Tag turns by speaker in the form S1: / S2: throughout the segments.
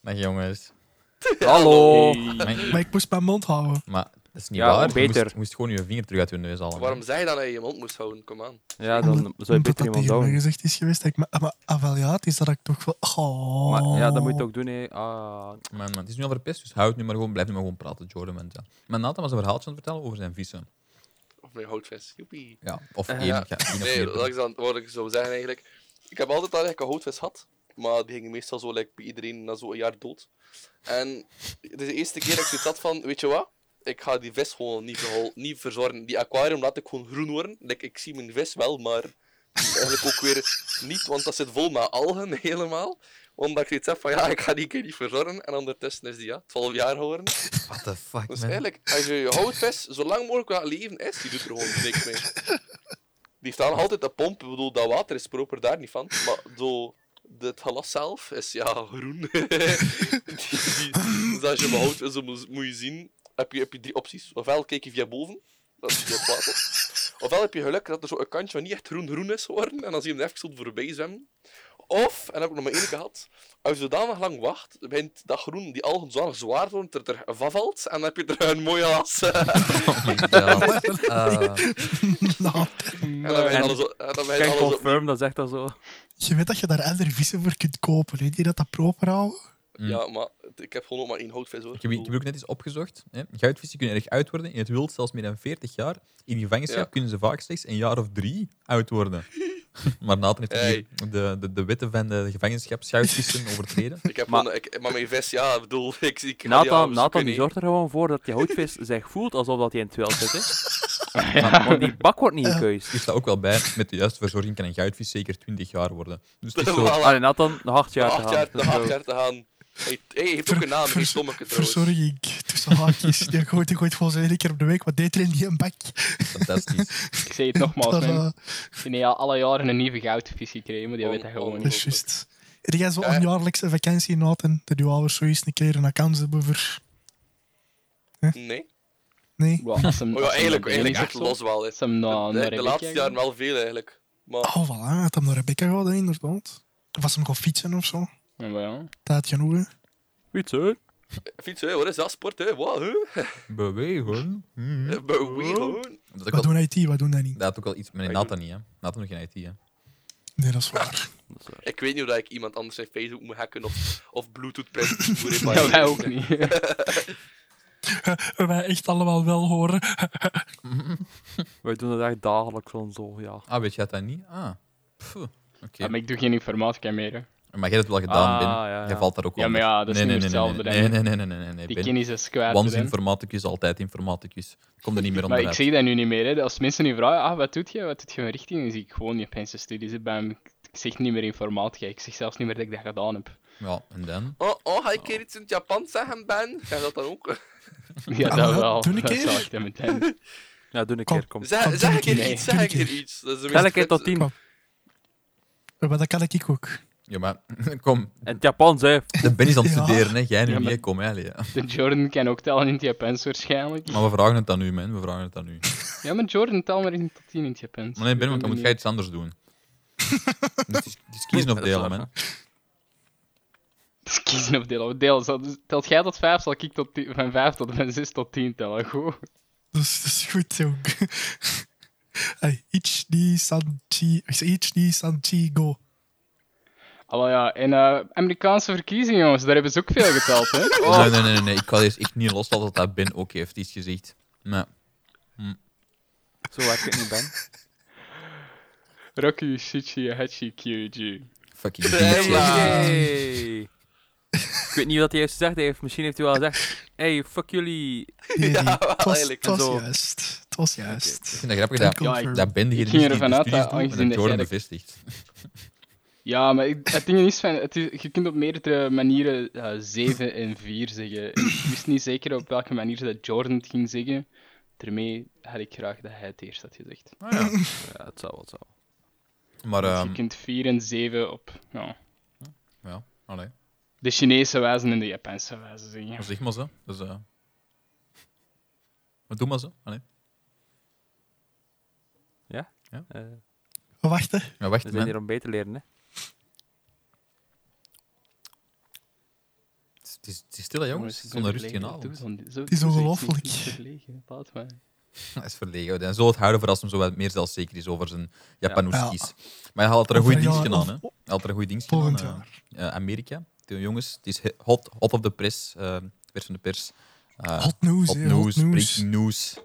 S1: Dag jongens.
S2: Hallo.
S1: Maar,
S3: Maar ik moest mijn mond houden.
S1: maar dat is niet
S2: Ja,
S1: waar.
S2: beter.
S1: Je moest, moest gewoon je vinger terug uit je neus halen.
S4: Waarom zeg je dan dat je je mond moest houden? Kom aan.
S2: Ja, dan zou je
S3: Omdat
S2: beter
S3: dat
S2: iemand
S3: tegen mij
S2: doen.
S3: gezegd is geweest. dat Ik, maar, maar ah, wel ja, het is dat ik toch wel... Oh.
S2: Maar, ja, dat moet je ook doen, hè. Ah,
S1: Maar, maar het is nu al verpest, dus houd nu maar gewoon, blijf nu maar gewoon praten, Jordan. Want, ja. Maar Nathan was een verhaaltje aan het vertellen over zijn vissen.
S4: Of mijn houtvis. Joepie.
S1: Ja, of
S2: Eh,
S1: één.
S4: ja.
S1: ja, één of
S4: Nee,
S1: meer.
S4: dat is dan wat ik zou zeggen eigenlijk. Ik heb altijd al eigenlijk een houtvis gehad, maar die ging meestal zo like, bij iedereen na zo'n jaar dood. En het is de eerste keer dat ik zoiets had van, weet je wat? Ik ga die vis gewoon niet, verhol- niet verzorgen. Die aquarium laat ik gewoon groen worden. Like, ik zie mijn vis wel, maar eigenlijk ook weer niet, want dat zit vol met algen helemaal. Omdat ik zoiets heb van, ja, ik ga die keer niet verzorgen. En ondertussen is die, ja, 12 jaar geworden.
S1: What the fuck,
S4: Dus
S1: man.
S4: eigenlijk, als je je houtvis zo lang mogelijk laat leven is, die doet er gewoon niks mee. Die staan altijd te pompen. Ik bedoel, dat water is proper daar niet van. Maar zo, het glas zelf is ja groen. die, die, dus als je hem houdt, zo moet, moet je zien, heb je, heb je drie opties. Ofwel kijk je via boven, dat is via het water. Ofwel heb je geluk dat er zo een kantje wat niet echt groen-groen is geworden. En dan zie je hem even zo voorbij zwemmen. Of, en dat heb ik nog maar één keer gehad, als je zodanig lang wacht, begint dat groen, die algen zodanig zwaar te worden, dat het er vavalt, en dan heb je er een mooie as.
S1: Oh my god. Eh,
S3: Nou,
S4: En dan
S2: En
S4: begint alles op- en dan begint
S2: Kijk,
S4: alles op.
S2: confirm, dat zegt dat zo.
S3: je weet dat je daar andere vissen voor kunt kopen, hè, die dat, dat proper houden.
S1: Mm.
S4: Ja, maar het- ik heb gewoon ook maar één houtvis hoor.
S1: ik, heb, ik heb ook net eens opgezocht. Hè. Goudvissen kunnen erg oud worden. In het wild zelfs meer dan 40 jaar. In gevangenschap
S4: Ja.
S1: kunnen ze vaak slechts een jaar of drie oud worden. maar Nathan heeft
S4: Hey.
S1: hier de, de, de wetten van de gevangenschapsgoudvissen overtreden.
S4: Ik heb
S2: Maar-
S4: maar... ik, maar mijn vis, ja, ik bedoel, ik zie... Ik, ja,
S2: Nathan,
S4: we
S2: Nathan
S4: kunnen
S2: die
S4: niet.
S2: zorgt er gewoon voor dat die houtvis zich voelt alsof dat hij in het wild zit, hè. Maar- Want die bak wordt niet gekuist.
S1: Hier staat ook wel bij, met de juiste verzorging kan een goudvis zeker 20 jaar worden. Dus het is zo...
S4: Voilà,
S2: Allee, Nathan, nog acht jaar
S4: nog
S2: te
S4: acht jaar,
S2: gaan.
S4: nog acht jaar te gaan. Hey, t- hey, heeft ook een naam, die
S3: vers-
S4: stommeke trouwens.
S3: Verzorging, tussen haakjes. Die gooit, die gooit volgens mij één keer op de week, wat deed er in die een bak?
S1: Fantastisch.
S5: Ik zeg het nogmaals,
S3: Dat,
S5: man.
S3: eh,
S5: Die heeft alle jaren een nieuwe goudvis gekregen, maar die
S4: Oh,
S5: weet dat
S4: oh.
S5: gewoon
S3: dat
S5: niet.
S3: is juist. Heb jij zo
S4: Ja.
S3: een jaarlijkse vakantie noten? Dat je ouders zoiets een keer een account hebben voor...
S4: Nee?
S3: Nee?
S5: Wow, als hem,
S4: Oh ja,
S5: als hem
S4: eigenlijk,
S5: dat
S4: eigenlijk
S5: ding
S4: echt
S5: is of zo,
S4: los wel. hè.
S5: Als hem naar
S4: de,
S5: naar
S4: de laatste
S5: Rebecca
S4: jaren wel veel eigenlijk. Maar
S3: Oh, voilà. Had hem naar Rebecca gehad, hè, inderdaad. Of was hem gaan fietsen of zo.
S5: gaat. Ja, ja.
S3: Dat had genoeg, hè.
S2: Iets, hè.
S4: fietsen, hè, wat is dat? Sport, hè? Wat? hè?
S1: Bewegen. Mhm.
S4: Eh, maar wie gewoon?
S1: Dat, is ook
S3: Wat
S1: wel,
S3: doen IT, wat doen dat niet?
S1: dat had ook wel iets
S5: Ah,
S1: met Nathan niet, hè. Nathan nog geen IT, hè.
S3: Nee, dat is waar.
S2: Dat is waar.
S4: Ik weet niet of ik iemand anders zijn Facebook moet hacken of, of Bluetooth print. voor in mijn-
S5: Ja, wij ook niet.
S3: Wij echt allemaal wel horen.
S2: Wij doen dat echt dagelijks en zo, ja.
S1: Ah, weet je dat dan niet? Ah. Pff, Oké.
S5: Ja, maar ik doe geen informatica meer. Hè.
S1: Maar jij hebt het wel gedaan,
S2: Ah,
S1: Ben.
S2: ja, ja.
S1: Jij valt daar ook
S5: Ja,
S1: onder.
S5: maar ja, dat is
S1: nee,
S5: niet
S1: nee,
S5: meer hetzelfde,
S1: Nee, nee,
S5: hè.
S1: nee, nee, nee, nee, nee,
S5: Die
S1: Ben.
S5: kennis is kwijt.
S1: Once
S5: hè.
S1: informaticus, altijd informaticus. Kom er niet meer onder
S5: Maar
S1: uit.
S5: ik zeg dat nu niet meer. Hè. Als mensen nu vragen, ah, wat doet je? Wat doet je van richting? Dan zie ik gewoon Japanse studies. hè, Bij hem. Ik zeg niet meer informatica. Ik zeg zelfs niet meer dat ik dat gedaan heb.
S1: Ja, en dan?
S4: Oh, oh, ga ik hier iets in het Japans zeggen, Ben? Ga je dat dan ook?
S5: Ja,
S3: Ah,
S5: dat
S3: maar
S5: wel.
S3: doe een
S5: Dat
S3: keer.
S5: zal ik dan meteen.
S2: Ja, doe een
S3: Kom.
S2: keer, kom.
S4: Zeg,
S3: Kom,
S4: zeg ik
S3: doe een
S4: hier
S5: keer.
S4: iets, zeg ik
S3: Doe een
S4: hier iets. Dat is de meest
S2: Tel keer tot
S4: kut-
S2: tien.
S3: Kom. Ja, Maar dat kan ik ook.
S1: Ja, maar kom.
S2: En het Japans, hè.
S1: De Ben is aan het
S3: Ja.
S1: studeren, hè. Jij nu
S5: Ja,
S1: niet,
S5: maar-
S1: hè. Kom, hè. allee, ja.
S5: De Jordan kan ook tellen in het Japans waarschijnlijk.
S1: Maar we vragen het aan u, man. We vragen het aan u.
S5: Ja, maar Jordan tel maar in tot 10 in het Japans.
S1: Maar nee, Ben,
S5: Ik
S1: want dan
S5: ben
S1: moet jij iets anders doen. Dus het is- het is kiezen of
S2: Dat is
S1: delen,
S2: waar, hè.
S1: man.
S5: Het is kiezen of delen. Deel, dus, telt jij tot 5, zal ik tot 10 van 5 tot van 6 tot 10 tellen. Goed.
S3: Dus dat is goed, jong. Hey, Ichi ni san chi... Ik zeg Ichi ni san chi go.
S5: Allo ja, en eh, Amerikaanse verkiezingen, jongens, daar hebben ze ook veel geteld, hè? Oh.
S1: Nee, nee, nee, nee, nee. Ik kan eerst echt niet loslaten dat dat Ben ook heeft iets gezegd. Nee.
S2: Zo werkt het niet, Ben.
S5: Rocky, Shichi, Hachi, QG.
S1: Fucking
S4: Nee,
S1: shit.
S4: maar-
S2: Hey. Ik weet niet wat hij heeft gezegd. Hij heeft, misschien heeft hij wel gezegd: Hey, fuck jullie.
S3: Nee, nee. Het was,
S4: eigenlijk.
S3: het was
S2: Zo.
S3: juist. Het was
S1: Ik
S3: juist.
S1: vind dat grappig dat,
S5: Ja, ik-
S1: dat Ben hier
S5: ik
S1: niet
S5: ging
S1: die
S5: ervan
S1: de
S5: uit dat
S1: studies doet en
S5: aangezien
S1: dat
S5: dat
S1: Jordan
S5: jij dat-
S1: bevestigt.
S5: Ja, maar ik- het ding is, van, het is, je kunt op meerdere manieren eh 7 en 4 zeggen. En Ik wist niet zeker op welke manier ze dat Jordan het ging zeggen. Daarmee had ik graag dat hij het eerst had gezegd.
S2: Ja, het zou wel zo.
S1: Ah, Maar,
S5: Dus je
S1: ehm,
S5: kunt 4 en 7 op nou,
S1: ja, allee.
S5: de Chinese wijze en de Japanse wijze zeggen.
S1: Zeg maar zo. Dus, eh Maar doe maar zo. Allee.
S2: Eh,
S3: Wacht, hè.
S1: Ja, wacht,
S2: we
S1: man.
S2: zijn hier om beter te leren, hè?
S1: Het het is, het is stil, hè, jongens. Het is een rustige avond.
S5: Het
S3: is ongelooflijk.
S5: Laat maar.
S1: Hij is verlegen. En zo het huilen voor als hem zo wat meer zelfzeker is over zijn Japanoeskies. Maar hij had er een
S3: Over
S1: goede
S3: een
S1: dienst
S3: jaar
S1: gedaan,
S3: of-
S1: hè. Hij had er een goede dienst gedaan.
S3: Volgend
S1: eh,
S3: jaar.
S1: eh, Amerika. De jongens, het is hot, hot of the press. eh, vers van de pers. Eh,
S3: Hot news,
S1: hot
S3: hè, hot
S1: news,
S3: news.
S1: breaking news.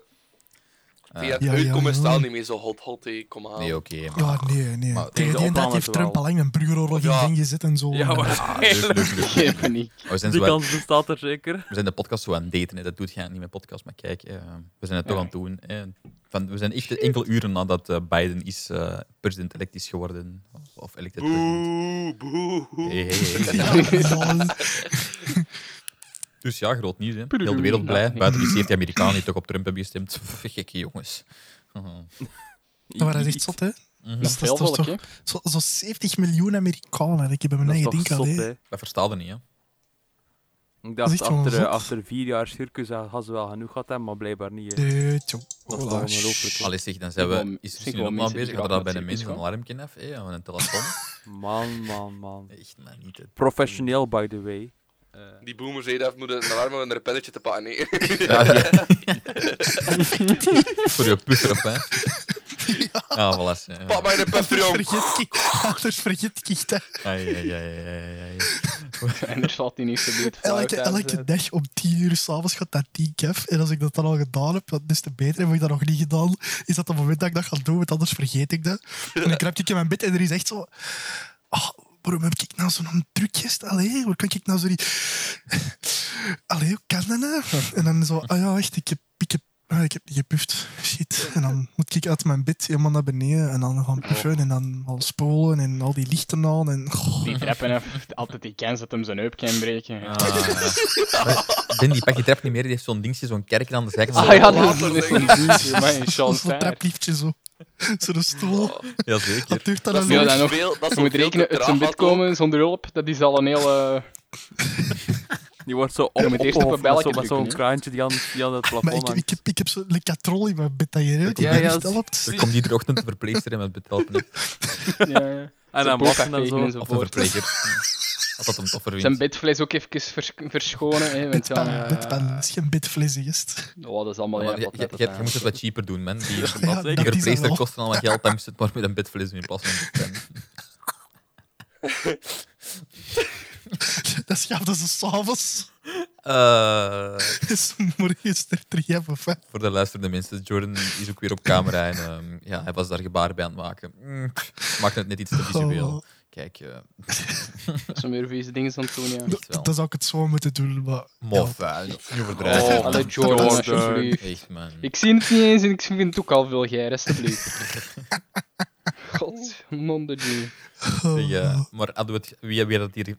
S1: Eh,
S4: Die had
S3: Ja, ja,
S4: uitkomen
S3: ja.
S4: staan niet meer zo hot hot, hé, kom
S5: Oh.
S4: aan.
S1: nee, oké. maar-
S3: Ja, nee, nee.
S1: Maar
S2: deze
S3: Tegen die en dat
S2: opnames
S3: heeft Trump
S2: wel.
S3: al lang een burgeroorlog in
S4: Ja.
S3: gang gezet en zo.
S2: Ja,
S3: maar...
S1: Ah, leuk,
S3: dus
S2: waarschijnlijk.
S1: leuk, leuk.
S5: Geen paniek.
S1: Oh, We zijn,
S2: Die
S1: zo aan-
S2: kans bestaat er zeker.
S1: we zijn de podcast zo aan het daten. Hè. Dat doet jij niet met podcast, maar kijk, eh, we zijn het toch
S5: Ja.
S1: aan het doen. hè. Van, we zijn echt enkele uren nadat eh, Biden is eh, president-elect is geworden. Of, of elected president.
S4: Boe, boe.
S1: Hey, hey, hey. Dus ja, groot nieuws. Hè. Heel de wereld blij.
S5: Nou, nee.
S1: Buiten die 70 Amerikanen die toch op Trump hebben gestemd. Gekke jongens. Mhm.
S3: maar dat is echt zot, hè?
S5: Dat is
S3: dat
S5: veel
S3: is toch
S5: volk, hè?
S3: Zo- Zo'n 70 miljoen Amerikanen. Ik heb bij mijn
S2: Dat is
S3: eigen
S2: toch zot,
S3: ding al, hè.
S2: hè.
S1: Dat verstaande niet, hè?
S2: Ik
S3: Dat is
S2: dacht,
S3: echt gewoon
S2: achter, eh,
S3: zot.
S2: achter vier jaar circus eh, had ze wel genoeg gehad, hè, maar blijkbaar niet. hè.
S3: Nee, oh, tjoh.
S2: Dat is
S3: Voilà.
S2: wel ongelooflijk. hè.
S1: Allee, zeg, dan zijn
S5: Ik
S1: we...
S5: wil-
S1: Is
S5: ik
S1: misschien
S5: wil
S1: nog maar
S5: mensen
S1: bezig?
S5: die
S1: Gaat er
S5: graag
S1: dan bij
S5: naar
S1: een
S5: het
S1: mens een
S5: circus
S1: alarmje af? Hé, of een telefoon?
S2: Man, man, man.
S1: Echt, maar niet. hè.
S2: Professioneel, by the way. Eh,
S4: Die boomers, hé, dat moeten een alarm en een pennetje te pakken, nee.
S1: Voor je puffer op, hè? Ja, voilà. Ja,
S4: Pak mij een puffer, jong.
S3: Vergeet ik. Anders vergeet ik dat.
S1: Ai, ai, ai, ai, ai.
S5: En er valt die eerste beurt.
S3: Elke, elke dag om 10 uur s'avonds gaat dat 10 kef. En als ik dat dan al gedaan heb, dat is te beter. Heb ik dat nog niet gedaan, is dat het moment dat ik dat ga doen, want anders vergeet ik dat. En dan kruip ik in mijn bed en er is echt zo. ah, waarom heb ik nou zo'n drukjes? Allee, hoe kan ik nou zo die. Allee, hoe kan dat nou? En dan zo, ah ja, echt, ik heb. Ik heb ah, ik heb niet gepuft. Shit. En dan moet ik uit mijn bed helemaal naar beneden en dan gaan puffen en dan al spoelen en al die lichten aan. En, Goh.
S5: Die trappen af, altijd die kans dat hem zijn heup kan breken.
S1: Ah. Maar Ben, Ah. die pak je trap niet meer. Die heeft zo'n dingetje, zo'n kerk aan de zijkant.
S5: Ah ja, dat is-
S4: Later,
S5: dat is
S4: denk
S5: een duwtje, maar een
S3: Zo'n
S5: chance daar.
S3: trapliftje zo. Zo'n stoel.
S1: Jazeker.
S3: Dat duurt dan
S4: Dat
S3: een
S4: is
S5: Ja,
S4: nog
S5: dan nog.
S4: veel- dat is
S5: Je
S4: nog
S5: moet
S4: veel
S5: rekenen,
S4: te
S5: uit zijn
S4: traag,
S5: bed komen zonder hulp, dat is al een eh, hele...
S2: Die wordt zo op,
S5: moet eerst op
S2: opgehoofd
S5: een belletje
S2: met zo- met zo'n
S5: drukken,
S2: kraantje die aan, die aan het
S3: Maar
S2: plafond
S3: ik,
S2: hangt.
S3: ik, heb, ik heb zo'n lecatrol in mijn bed dat je ruikt.
S1: Ja,
S3: Ja, ja,
S2: ja,
S3: echt
S2: dat-
S3: helpt.
S1: Dan komt iedere ochtend de verpleegster en met betalpen.
S5: Ja,
S2: En dan wassen en zo.
S1: Of een verpleger. Als dat een toffer wint.
S5: Zijn bedvlees ook even vers- verschonen. Hè, want ja,
S3: Bedpan,
S5: eh,
S3: bedpan. Dat is geen bedfles, gest.
S5: oh, dat is allemaal
S1: Ja,
S5: ja,
S1: maar je,
S5: wat
S1: je,
S5: net
S1: je- je
S5: het
S1: moet het wat cheaper doen, man. Die,
S2: dat
S1: die
S2: zeker.
S3: dat is
S1: verpleegster
S3: wel.
S1: kost dan allemaal geld, dan moest het maar met een bedfles in plaats van een pen.
S3: Dat is gaaf, dat is s'avonds.
S1: Eh,
S3: Dat is morgens er drie hebben. hè.
S1: voor de luisterende mensen, Jordan is ook weer op camera en ehm, ja, hij was daar gebaar bij aan het maken. Mm, maakte het net iets te visueel.
S3: Oh,
S1: Kijk, eh
S5: Dat zijn weer vieze dingen aan het doen, ja.
S1: wel.
S3: dat- Dat zou ik het zo moeten doen, maar...
S1: mof, hè. nu
S2: Oh,
S1: overdrijven.
S5: Allee,
S1: man.
S5: Jordan,
S2: Jordan.
S1: eh,
S5: alsjeblieft.
S1: Echt, man.
S5: Ik zie het niet eens en ik vind het ook al veel geir, alsjeblieft. God, monderdie.
S3: Ja,
S1: Zeg, eh, maar hadden we het, wie hebben dat hier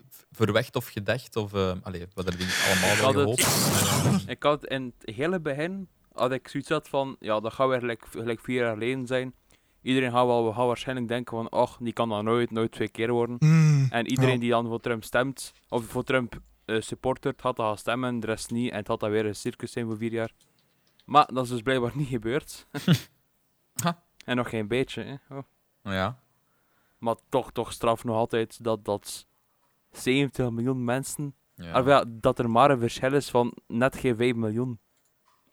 S1: verwacht of gedacht? Of, eh allee, wat er dingen allemaal
S2: Ik
S1: wel
S2: had het-
S1: gehoopt?
S2: Ik had in het hele begin had ik zoiets had van, ja, dat gaat weer gelijk, gelijk vier jaar geleden zijn. Iedereen gaat, wel, gaat waarschijnlijk denken van, ach, die kan dat nooit, nooit twee keer worden.
S3: Mm,
S2: En iedereen
S3: ja.
S2: die dan voor Trump stemt, of voor Trump eh supportert, had dat gaan stemmen, de rest niet. En het had dat weer een circus zijn voor vier jaar. Maar dat is dus blijkbaar niet gebeurd.
S1: Ha.
S2: en nog geen beetje, hè. Oh.
S1: Nou ja.
S2: Maar toch, toch straf nog altijd dat dat 70 miljoen mensen.
S1: ja.
S2: Ah, wel, dat er maar een verschil is van net geen 5 miljoen.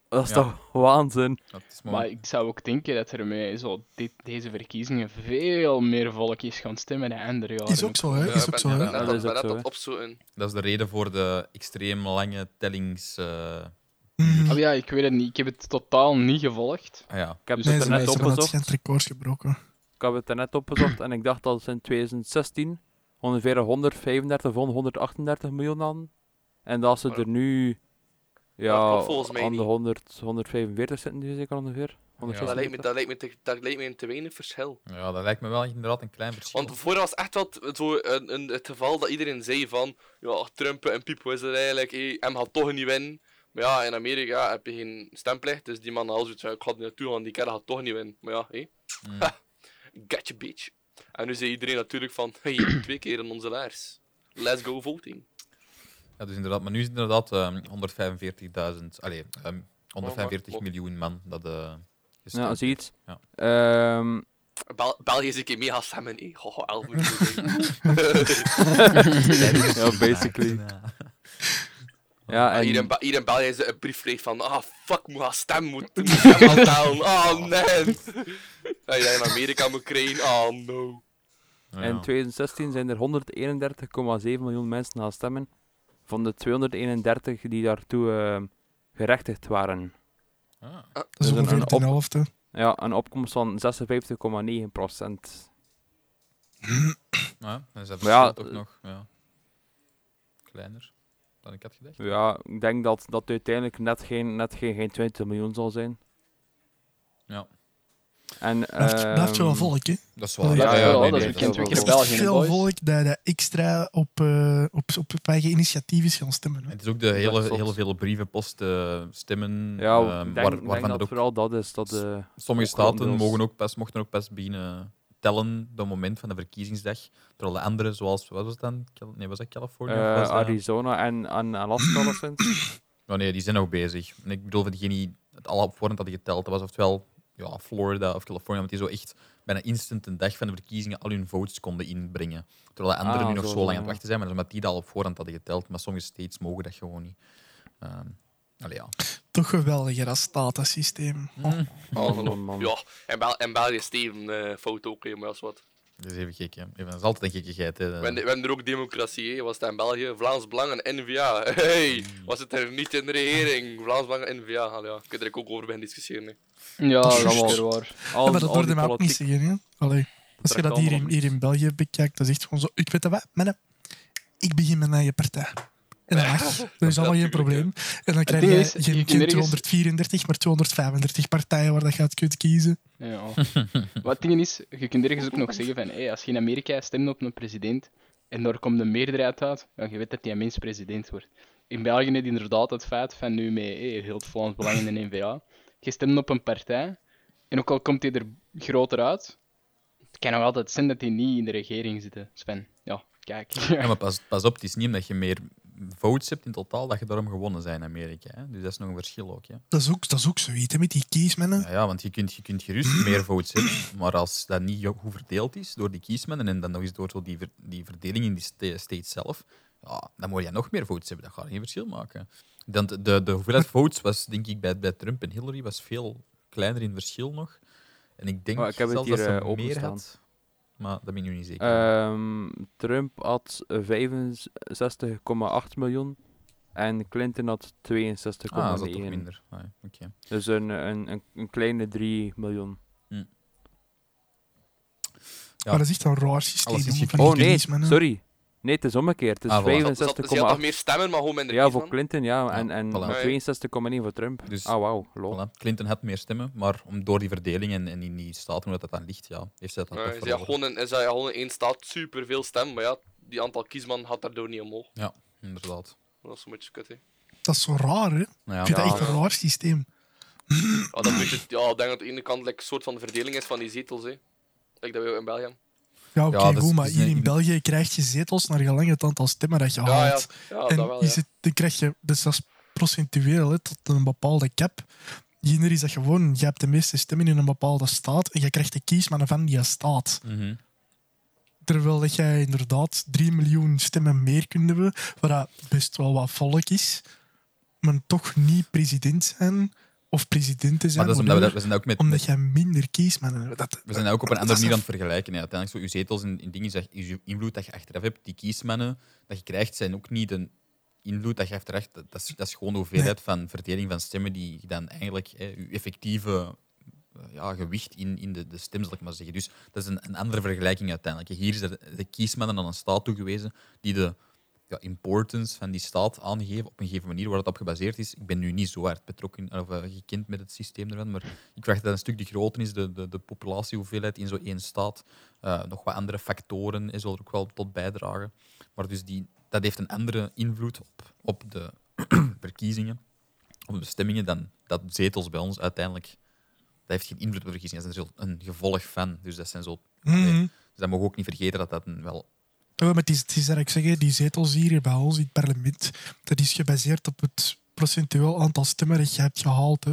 S2: Dat is
S1: Ja.
S2: toch waanzin?
S1: dat is
S5: Maar ik zou ook denken dat er met zo dit, deze verkiezingen veel meer volk is gaan stemmen dan andere jaren.
S3: Is ook zo, hè.
S4: Ja, ik
S3: Is ook
S4: ben-
S3: zo,
S4: ik
S3: hè.
S4: ben net
S2: Ja,
S4: aan-
S2: dat is
S4: ben
S2: ook
S4: net
S2: zo,
S4: aan
S2: hè.
S4: het opzoeken.
S1: Dat is de reden voor de extreem lange tellings... eh,
S3: Mm.
S5: Oh ja, ik weet het niet. Ik heb het totaal niet gevolgd.
S1: ah ja.
S2: Ik heb
S5: Dus
S3: Nee,
S2: het
S3: ze
S5: er
S2: er net
S5: mij
S3: mensen hebben het
S2: opgezocht.
S3: geen records gebroken.
S2: Ik heb het er net opgezocht en ik dacht dat het in 2016 ongeveer 135 of 138 miljoen hadden. En dat ze
S4: Maar-
S2: er nu
S4: Dat
S2: ja,
S4: klopt volgens mij
S2: aan de
S4: niet.
S2: 100, 145 zitten nu zeker ongeveer.
S4: Dat lijkt me-
S2: 146.
S4: Dat lijkt me te- dat lijkt me een te weinig verschil.
S1: ja, dat lijkt me wel inderdaad een klein verschil.
S4: Want voordat was echt wel t- zo een, een, het geval dat iedereen zei van ja, Trump en Pipo is er eigenlijk, hey, hem gaat toch niet winnen. Maar ja, in Amerika heb je geen stemplicht, dus die man had zoiets van, ik ga er niet naartoe gaan, die kerel gaat toch niet winnen. Maar ja, hé,
S1: Mm.
S4: get your bitch. En nu zei iedereen natuurlijk van, hey, twee keer in onze laars. Let's go voting.
S1: Ja, dus inderdaad, maar nu is het inderdaad ehm, 145.000... Allee, ehm, 145
S4: Oh, maar-
S1: miljoen man dat eh gestemd
S2: Ja, zie je het?
S1: Ja.
S2: Ehm,
S4: Bel België is een keer mee gaan stemmen, eh. hé. Goh, elf uur.
S1: heeft.
S2: Ja, basically.
S1: Ja.
S2: Ja, en
S4: Ah, hier, in Be- hier in België is het een briefleeg van ah, fuck, moet gaan stemmen, moet, moet stem aantalen. Ah, nee. Dat je dat in Amerika moet krijgen. Ah, no.
S1: Ja.
S2: in 2016 zijn er 131,7 miljoen mensen gaan stemmen. Van de 231 die daartoe eh, gerechtigd waren.
S1: Ah.
S3: Dat is
S2: Dus een-
S3: ongeveer
S2: een
S3: de
S2: op-
S3: helft. hè.
S2: Ja, een opkomst van 56,9 procent.
S1: Ja, dan is dat
S2: Maar
S1: verschil
S2: ja,
S1: toch
S2: eh,
S1: nog ja. kleiner dan ik had gedacht.
S2: Ja, ik denk dat dat uiteindelijk net geen, net geen, geen 20 miljoen zal zijn.
S1: Ja.
S2: En,
S3: Blijft- Blijft wel
S2: ehm,
S3: volk, hè?
S1: Dat is wel
S3: Ja,
S5: ja,
S1: ja,
S5: wel,
S1: nee,
S5: dat is
S1: nee,
S5: bekend.
S1: wel-
S5: Twee keer
S3: Er is
S5: België,
S3: echt
S5: hè,
S3: veel
S5: boys.
S3: volk dat, dat extra op, eh, op, op het eigen initiatief is gaan stemmen.
S1: En
S3: Hè.
S1: het is ook de hele,
S2: klopt.
S1: hele veel brieven, posten, stemmen,
S2: Ja, ik
S1: ehm,
S2: denk,
S1: waar-
S2: denk
S1: waarvan
S2: dat
S1: er ook
S2: vooral dat is. Dat, eh,
S1: Sommige
S2: Ook gewoon
S1: staten
S2: deels.
S1: mogen ook pas, mochten ook pas binnen tellen dat moment van de verkiezingsdag. Terwijl de andere, zoals wat was het dan? Cal- Nee, was dat Californië? of
S2: eh,
S1: was dat-
S2: Arizona en, en Alaska alleszins.
S1: Oh nee, die zijn nog bezig. En ik bedoel, van diegene die het al op voorhand hadden geteld, dat was oftewel ja, Florida of California, want die zo echt bijna instant een dag van de verkiezingen al hun votes konden inbrengen. Terwijl de anderen nu
S2: Ah,
S1: nog
S2: zo,
S1: zo lang aan het
S2: ja.
S1: wachten zijn, maar dat is omdat die dat al op voorhand hadden geteld. Maar sommige states mogen dat gewoon niet. Ehm allee, ja.
S3: Toch geweldiger als Oh, staat, dat systeem.
S1: Mm.
S4: Ah, no.
S2: Oh, Man, man.
S4: Ja, en, Bel in België is Steven eh, fout ook, hè, maar dat is wat.
S1: Dat is even gek, hè. Even, dat is altijd een gekkigheid, hè.
S4: We hebben we hebben er ook democratie, hè. was het in België? Vlaams Belang en NVA. Hey, was het er niet in de regering? Vlaams Belang en NVA, allee, ja. kun je er ook over bij discussiëren. hè.
S5: Ja, dat
S3: juist.
S5: is weer waar.
S2: Al,
S3: Ja, maar dat
S2: al
S3: hoorde
S2: die
S3: mij ook niet
S2: politiek-
S3: zeggen. Hè? Allee, als je
S2: trekt
S3: dat hier in,
S2: allemaal
S3: hier in België bekijkt, dat is echt gewoon zo. Ik weet het wat, mannen, ik begin mijn eigen partij. En dat mag. Dat is allemaal geen
S4: natuurlijk,
S3: probleem. En dan krijg
S5: ding
S3: je
S5: is, je
S3: geen
S5: kunt
S3: geen
S5: nergens-
S3: 234, maar 235 partijen waar dat je uit kunt kiezen.
S5: Ja. Wat dingen is, je kunt ergens ook nog zeggen van, hey, als je in Amerika stemt op een president en daar komt een meerderheid uit, dan je weet dat die mens president wordt. In België is inderdaad het feit van nu met hey, heel het Vlaams Belang en de NVA. Je stemt op een partij en ook al komt die er groter uit, het kan nog altijd zijn dat die niet in de regering zitten, Sven. Ja, kijk.
S1: Ja, maar pas, pas op, het is niet omdat je meer votes hebt in totaal dat je daarom gewonnen zijn in Amerika. Hè? Dus dat is nog een verschil ook. Hè?
S3: Dat is ook, dat is ook zoiets hè, met die kiesmannen.
S1: Ja, ja, want je kunt, je kunt gerust meer votes hebben, maar als dat niet goed verdeeld is door die kiesmannen en dan nog eens door zo die, ver- die verdeling in die sta- state zelf, ja, dan moet je nog meer votes hebben. Dat gaat geen verschil maken. Dan de, de, de hoeveelheid votes was, denk ik, bij, bij Trump en Hillary was veel kleiner in verschil nog. En ik denk
S2: Oh, ik heb het
S1: zelfs
S2: hier,
S1: dat ze
S2: eh,
S1: meer
S2: openstaan.
S1: had, maar dat ben ik nu niet zeker.
S2: Ehm, Trump had 65,8 miljoen en Clinton had 62,9.
S1: ah, dat is toch minder. Ah, ja, Oké.
S2: dus een, een, een, een kleine 3 miljoen.
S1: Ja.
S3: Maar dat is echt een raar systeem.
S1: Alles is
S3: jongen,
S1: gek-
S3: van die
S2: Oh nee,
S3: kiesmannen.
S2: sorry. Nee, het is omgekeerd. Het is
S1: Ah, voilà.
S4: Zat- zat- Ze had nog
S2: 65,8
S4: meer stemmen, maar gewoon minder
S2: ja, voor
S4: kiesmannen.
S2: Clinton, ja. En, en
S1: voilà.
S2: maar
S4: Ja, ja.
S2: 62,1 voor Trump.
S1: Dus-
S2: ah, wauw. lol.
S1: Voilà. Clinton had meer stemmen, maar om, door die verdeling en, en in die staten hoe dat dan ligt, ja, heeft ze dat dan
S4: Ja,
S1: toch
S4: Eh, is ja,
S1: verloren.
S4: gewoon in, is ja, gewoon in één staat superveel stemmen, maar ja, die aantal kiesmannen gaat daardoor niet omhoog.
S1: Inderdaad.
S4: Dat is een beetje kut, hè.
S3: Dat is zo raar, hè?
S1: Nou
S3: Ik
S1: ja,
S3: vind dat echt een raar systeem.
S4: Ja, dat Ah, moet je, ja, ik denk dat aan de ene kant like, een soort van verdeling is van die zetels, hè. Like dat we in België. hebben.
S3: Ja, oké,
S1: Ja, dat is-
S3: goed, maar
S1: dat is
S3: hier
S1: een-
S3: in België krijg je zetels naar gelang het aantal stemmen dat je
S4: Ja, ja,
S3: haalt.
S4: ja,
S3: en
S4: dat wel,
S3: je
S4: ja.
S3: zit, dan krijg je, dus dat is procentueel hè, tot een bepaalde cap. Hier is dat gewoon, je hebt de meeste stemmen in een bepaalde staat en je krijgt de kiesmannen van die staat.
S1: mhm.
S3: Terwijl dat jij inderdaad 3 miljoen stemmen meer kunt hebben, waar dat best wel wat volk is, maar toch niet president zijn of president te
S1: Maar
S3: zijn,
S1: dat is omdat we, dat-
S3: whatever,
S1: we zijn dat ook met,
S3: omdat
S1: met-
S3: jij minder kiesmannen hebt. Dat,
S1: we zijn dat ook op een
S3: dat
S1: andere
S3: is
S1: manier aan het vergelijken. hè. Uiteindelijk, zo, je zetels en, en dingen, zeg, je invloed dat je achteraf hebt, die kiesmannen dat je krijgt, zijn ook niet een invloed dat je achteraf... Dat, dat, is, dat is gewoon de hoeveelheid van verdeling van stemmen die je dan eigenlijk hè, je effectieve eh, ja, gewicht in, in de, de stem, zal ik maar zeggen. Dus dat is een, een andere vergelijking uiteindelijk. Hier is er de kiesmannen aan een staat toegewezen die de ja, importance van die staat aangeven op een gegeven manier waar dat op gebaseerd is. Ik ben nu niet zo hard betrokken of eh, gekend met het systeem ervan, maar ik verwacht dat een stuk groter is, de, de, de populatiehoeveelheid in zo'n één staat. Eh, nog wat andere factoren eh, zullen er ook wel tot bijdragen. Maar dus die, dat heeft een andere invloed op, op de verkiezingen, op de bestemmingen, dan dat zetels bij ons uiteindelijk. Dat heeft geen invloed op de verkiezingen, dat is een, een gevolg van. Dus dat, zijn zo,
S3: Mhm.
S1: Nee. dus dat mogen we ook niet vergeten dat dat een wel
S3: Ja, Oh, maar het is, het is dat ik zeg, die zetels hier bij ons in het parlement, dat is gebaseerd op het procentueel aantal stemmen dat je hebt gehaald. Hè.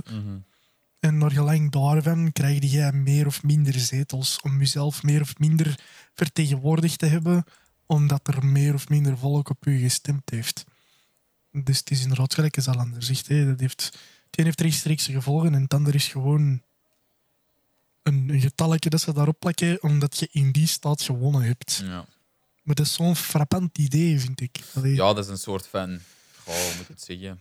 S3: En naar gelang daarvan krijg jij meer of minder zetels om jezelf meer of minder vertegenwoordigd te hebben, omdat er meer of minder volk op je gestemd heeft. Dus het is inderdaad gelijk als Alander zegt. Hè. Dat heeft, het een heeft rechtstreekse gevolgen en het ander is gewoon een, een getalletje dat ze daarop plakken, omdat je in die staat gewonnen hebt.
S1: Ja.
S3: Maar dat is zo'n frappant idee, vind ik. Allee,
S1: ja, dat is een soort van. Goh, hoe moet ik het zeggen?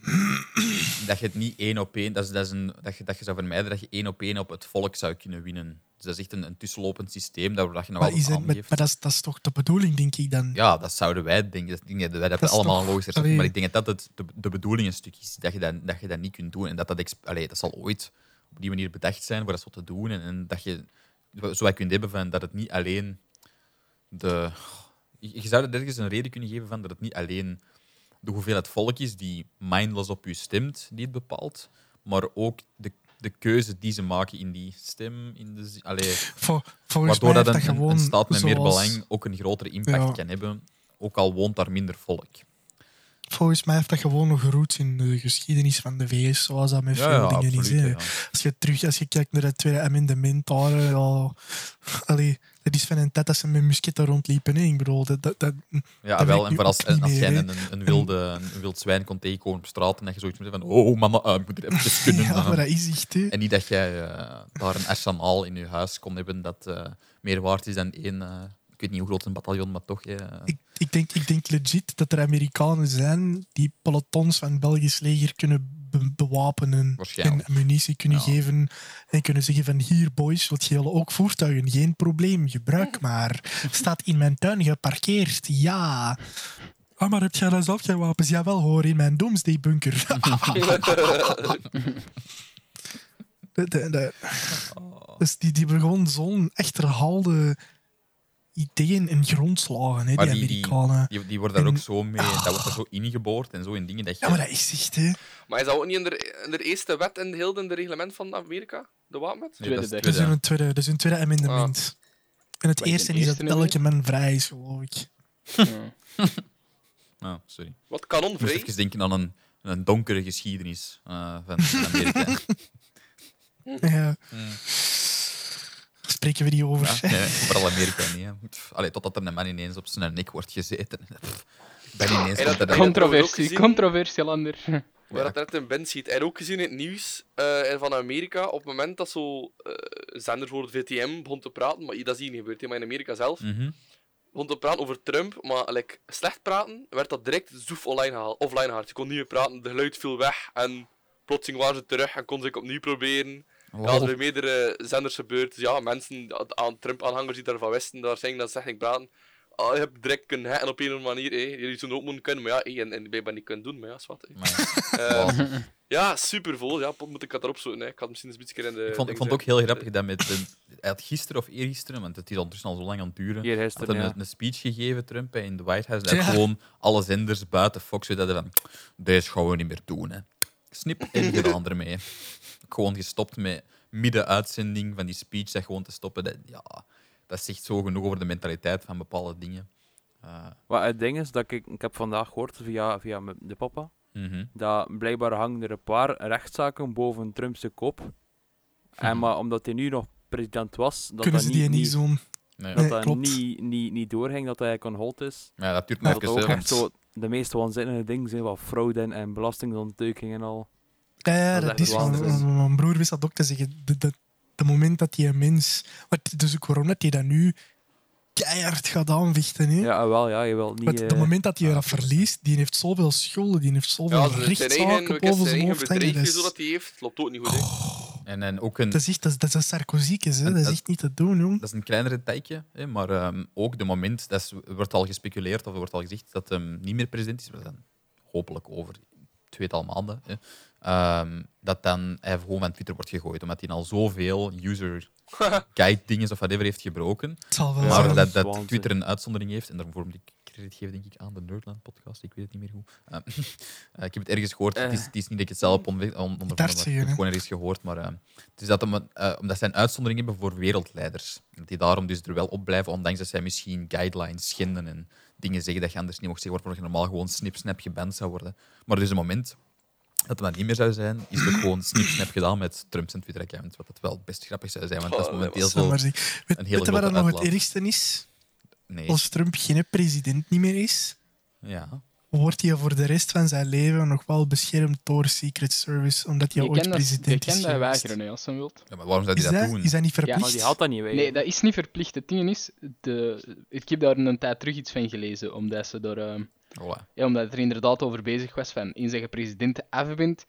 S1: dat je het niet één op één. Dat, is, dat, is een, dat, je, dat je zou vermijden dat je één op één op het volk zou kunnen winnen. Dus dat is echt een, een tussenlopend systeem dat, dat je nou
S3: maar is
S1: altijd
S3: het, met,
S1: aangeeft.
S3: maar dat, is, dat is toch de bedoeling, denk ik dan?
S1: Ja, dat zouden wij denken. Dat, ik denk dat wij dat
S3: Mm. Dat is
S1: allemaal
S3: toch-
S1: een logische
S3: allee.
S1: receptie, Maar ik denk dat dat het, de, de bedoeling een stuk is. Dat je dat, dat je dat niet kunt doen. En dat dat, exp- allee, dat zal ooit op die manier bedacht zijn voor dat zo te doen. En, en dat je zo wat kunt hebben van dat het niet alleen de. Je je zou er ergens een reden kunnen geven van dat het niet alleen de hoeveelheid volk is die mindless op je stemt, die het bepaalt. Maar ook de, de keuze die ze maken in die stem. In de, zi- allee,
S3: Vol- volgens
S1: Waardoor
S3: mij
S1: dat
S3: heeft dat,
S1: een, een-
S3: gewoon
S1: een staat met meer
S3: zoals-
S1: belang ook een grotere impact
S3: Ja.
S1: kan hebben, ook al woont daar minder volk.
S3: Volgens mij heeft dat gewoon nog roots in de geschiedenis van de VS, zoals dat met veel dingen is. hè. Als je, terug, als je kijkt naar het tweede amendement, daar, eh, ja, allee, dat is van een tijd dat ze met musketten rondliepen. hè. Ik bedoel, dat, dat, dat,
S1: Ja, wel,
S3: Dat weet
S1: en
S3: nu
S1: vooral als,
S3: ook niet
S1: als jij
S3: meer,
S1: een, een, een wilde, een wild zwijn kon tegenkomen op straat en dat je zoiets moet hebben van oh mama, eh, ik moet er even kunnen.
S3: ja, maar
S1: eh.
S3: dat is echt. hè.
S1: en niet dat jij eh, daar een arsenaal in je huis kon hebben dat eh, meer waard is dan één, eh, ik weet niet hoe groot een bataljon, maar toch. eh,
S3: Ik, ik, denk, ik denk legit dat er Amerikanen zijn die pelotons van het Belgisch leger kunnen be- bewapenen en
S1: Waarschijnlijk.
S3: munitie kunnen
S1: Ja.
S3: geven en kunnen zeggen van hier boys, wat gelen ook voertuigen, geen probleem, gebruik maar. Staat in mijn tuin geparkeerd, ja. Ah, maar heb jij dan zelf geen wapens? Jawel hoor, in mijn doomsday bunker. De- de- de- Dus die, die hebben gewoon zo'n achterhaalde ideeën en grondslagen, hè,
S1: Maar
S3: die
S1: die- die-
S3: Amerikanen.
S1: die, die worden daar ook
S3: En-
S1: zo mee, dat wordt er zo ingeboord en zo in dingen dat je...
S3: Ja, maar dat is echt, hè.
S4: Maar is dat ook niet in de, in de eerste wet en heel in de reglement van Amerika? De wapenwet?
S1: Nee, dat is het
S5: Tweede
S3: Dat is
S1: tweede.
S3: een tweede, dat is een tweede amendement.
S1: Ah.
S3: En het
S5: Wat is
S3: eerste
S5: een
S3: is dat
S5: eerste nu
S3: elke man vrij is, geloof ik.
S5: Ja.
S1: Ah, sorry.
S4: Wat
S1: Ik moest
S4: kanonvrij?
S1: even denken aan een, een donkere geschiedenis eh, van van Amerika.
S3: Ja.
S4: Hmm.
S3: Spreken we die over?
S1: Ja, nee, vooral Amerika niet. Hè. Pff, Allee, totdat er een man ineens op zijn nek wordt gezeten. Pff, Ik ben ineens
S4: En
S1: op
S4: dat-
S1: de
S4: en dat-
S5: Controversie,
S4: gezien.
S5: controversie, Lander.
S4: Waar dat net een band ziet. En ook gezien in het nieuws eh, van Amerika, op het moment dat zo eh, een zender voor het VTM begon te praten, maar dat is hier niet gebeurd, hè, maar in Amerika zelf,
S1: Mhm.
S4: begon te praten over Trump, maar like, slecht praten, werd dat direct zoef online gehaald, offline gehaald. Je kon niet meer praten, de geluid viel weg en plotseling waren ze terug en konden ze het opnieuw proberen. Dat is bij meerdere zenders gebeurd. Dus ja, mensen, a- aan Trump-aanhangers die daarvan wisten, daar zijn dat zeg ik praten. Ah, je hebt direct kunnen hacken op een of andere manier. Hé. Jullie zouden ook moeten kunnen, maar ja, hé, en, en ben niet kunnen doen, maar ja, is wat. hé.
S1: Maar ja,
S4: Eh,
S1: wow.
S4: ja, supervol. Ja, pot moet ik dat erop zoeken. Hè. Ik had misschien eens een beetje in de.
S1: Ik vond, ik vond het ook heel grappig dat met de, hij had gisteren of eergisteren, want het is ondertussen al zo lang aan het duren,
S2: Hier
S1: had
S2: gisteren,
S1: hij
S2: ja.
S1: een, eh, een speech gegeven, Trump, hè, in de White House. Dat
S3: Ja.
S1: gewoon alle zenders buiten Fox zeiden dat hij van, deze gaan we niet meer doen. Hè. Snip en gedaan ermee. Gewoon gestopt met midden-uitzending van die speech, dat gewoon te stoppen. Dat, ja, dat zegt zo genoeg over de mentaliteit van bepaalde dingen. Eh,
S2: Maar het ding is dat ik, ik heb vandaag gehoord via, via m- de papa,
S1: mhm.
S2: dat blijkbaar hangen er een paar rechtszaken boven Trumps kop. En
S1: Mhm.
S2: maar omdat hij nu nog president was, dat dat
S3: Kunnen ze
S2: niet,
S3: die niet,
S2: niet,
S3: zo'n...
S1: Nee.
S3: Nee.
S2: dat dat
S3: klopt.
S2: niet, niet, niet doorging, dat hij on hold is.
S1: Maar ja, dat duurt
S2: Maar
S1: nog
S2: dat dat
S1: even.
S2: ook
S1: hè.
S2: echt zo de meest waanzinnige dingen zijn, wat fraude en, en belastingontduiking en al.
S3: Ja, ja,
S2: Dat
S3: dat
S2: is
S3: is...
S2: echt
S3: Mijn,
S2: waanzin.
S3: mijn- mijn broer wist dat ook te zeggen. De, de, de moment dat die een mens... Maar het is dus ook waarom dat die dat nu keihard gaat aanvechten, hè.
S2: Ja, wel, ja, je wilt
S3: Want
S2: niet...
S3: het
S2: eh,
S3: moment dat hij dat verliest, die heeft zoveel schulden, die heeft
S4: Ja,
S3: zoveel
S4: ze- zijn
S3: rechtszaken
S4: eigen,
S3: boven zijn
S4: zijn eigen
S3: hoofd hangen.
S4: bedrijfje
S3: Dat
S4: zo
S3: is-
S4: dat hij heeft, loopt ook niet goed. hè.
S1: En, en ook een,
S3: dat is echt- dat is- dat is een sarkoziekes, hè.
S1: En
S3: Dat is
S1: dat-
S3: echt niet te doen, jong.
S1: dat is een kleiner detailje, hè, maar ehm, ook de moment, dat is, er wordt al gespeculeerd of er wordt al gezegd dat hij niet meer president is, maar dan hopelijk over tweetal maanden, hè, ehm, dat dan hij gewoon van Twitter wordt gegooid, omdat hij al zoveel user guide dingen of whatever heeft gebroken.
S3: Het zal wel
S1: maar
S3: zijn.
S1: dat,
S2: Waanzin.
S1: dat Twitter een uitzondering heeft, en daarvoor moet ik credit geven denk ik, aan de Nerdland podcast, ik weet het niet meer goed. Ehm, eh, ik heb het ergens gehoord, het, is, het is niet dat ik het zelf ontwe- on- ondervonden
S3: dacht
S1: heb, maar
S3: zeggen,
S1: ik heb
S3: hè.
S1: het gewoon ergens gehoord, maar ehm, het is dat om, eh, omdat zij een uitzondering hebben voor wereldleiders. Dat die daarom dus er wel op blijven, ondanks dat zij misschien guidelines schenden en dingen zeggen dat je anders niet mocht zeggen, waarvoor je normaal gewoon snip-snap geband zou worden. Maar dus het moment dat dat niet meer zou zijn, is het ook gewoon snip-snap gedaan met Trump's Twitter-account, wat het wel best grappig zou zijn, want dat is
S4: Oh,
S1: momenteel
S3: Zal
S1: zo...
S3: maar zeggen. Weet,
S1: een hele
S3: weet je wat
S1: grote
S3: dan nog het
S1: uitlaat.
S3: ergste is?
S1: Nee,
S3: Als Trump geen president niet meer is,
S1: ja.
S3: wordt hij voor de rest van zijn leven nog wel beschermd door Secret Service, omdat hij
S5: Je
S3: ooit
S5: kan dat, je
S3: president
S5: kan
S3: is
S5: dat
S3: geweest.
S5: weigeren, hè, als je wilt.
S1: Ja, maar waarom zou
S3: Is
S1: die dat,
S3: dat,
S1: doen?
S3: is dat niet verplicht?
S5: maar
S2: Maar die had dat niet weg.
S5: Nee, dat is niet verplicht. Het ding is, de, ik heb daar een tijd terug iets van gelezen, omdat, ze door, ehm,
S1: Voilà.
S5: ja, omdat er inderdaad over bezig was van, eens dat je president af bent,